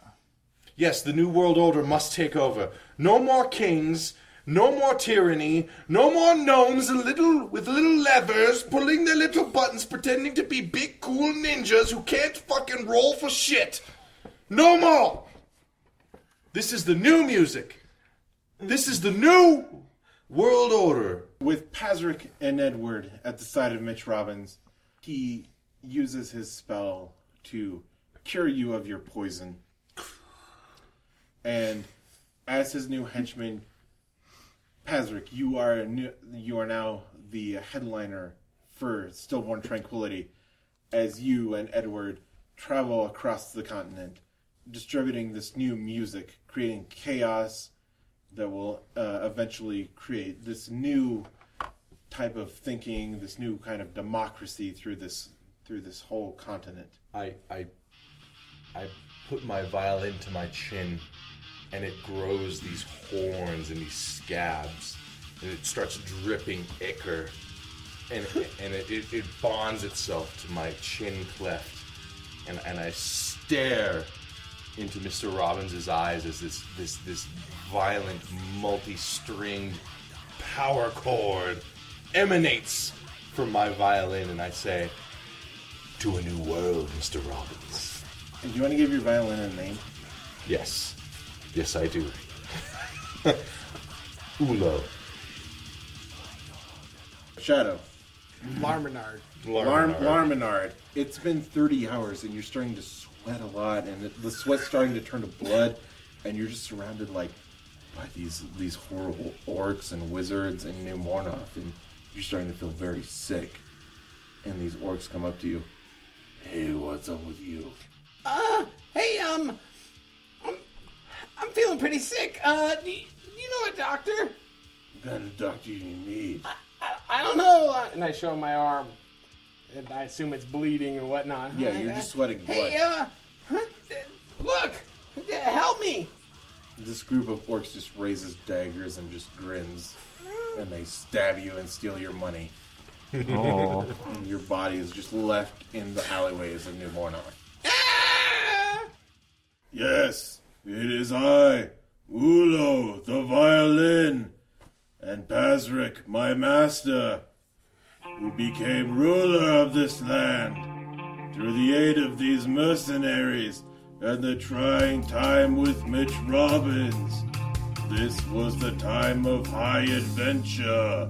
Speaker 4: Yes, the new world order must take over. No more kings, no more tyranny, no more gnomes and little with little levers pulling their little buttons pretending to be big cool ninjas who can't fucking roll for shit. No more. This is the new music. This is the new world order.
Speaker 1: With Pazric and Edward at the side of Mitch Robbins, he uses his spell to cure you of your poison. And as his new henchman, Pazric, you are a new, you are now the headliner for Stillborn Tranquility, as you and Edward travel across the continent, distributing this new music, creating chaos that will uh, eventually create this new type of thinking, this new kind of democracy through this through this whole continent.
Speaker 4: I I I put my violin to my chin and it grows these horns and these scabs and it starts dripping ichor and and it, it, it bonds itself to my chin cleft and, and I stare into Mr. Robbins' eyes as this this this violent multi-stringed power chord emanates from my violin and I say to a new world, Mr. Robbins.
Speaker 1: And do you want to give your violin a name?
Speaker 4: Yes. Yes, I do. Ulo.
Speaker 1: Shadow.
Speaker 15: Larminard.
Speaker 1: Larm, Larminard. It's been 30 hours and you're starting to sweat a lot and the- the sweat's starting to turn to blood and you're just surrounded like by these these horrible orcs and wizards and New Mornoth and you're starting to feel very sick. And these orcs come up to you. Hey, what's up with you?
Speaker 7: Uh, hey, um, I'm, I'm feeling pretty sick. Uh, do you, do you know a doctor?
Speaker 1: What kind of doctor do you need?
Speaker 7: I, I don't know. Uh,
Speaker 16: And I show him my arm, and I assume it's bleeding and whatnot.
Speaker 1: Yeah, you're just sweating
Speaker 7: hey,
Speaker 1: blood.
Speaker 7: uh, huh? look, uh, help me.
Speaker 1: This group of orcs just raises daggers and just grins, and they stab you and steal your money.
Speaker 5: Oh.
Speaker 1: And your body is just left in the alleyways of New Mornoth.
Speaker 17: Ah! Yes, it is I, Ulo, the violin, and Pazric, my master, who became ruler of this land through the aid of these mercenaries and the trying time with Mitch Robbins. This was the time of high adventure.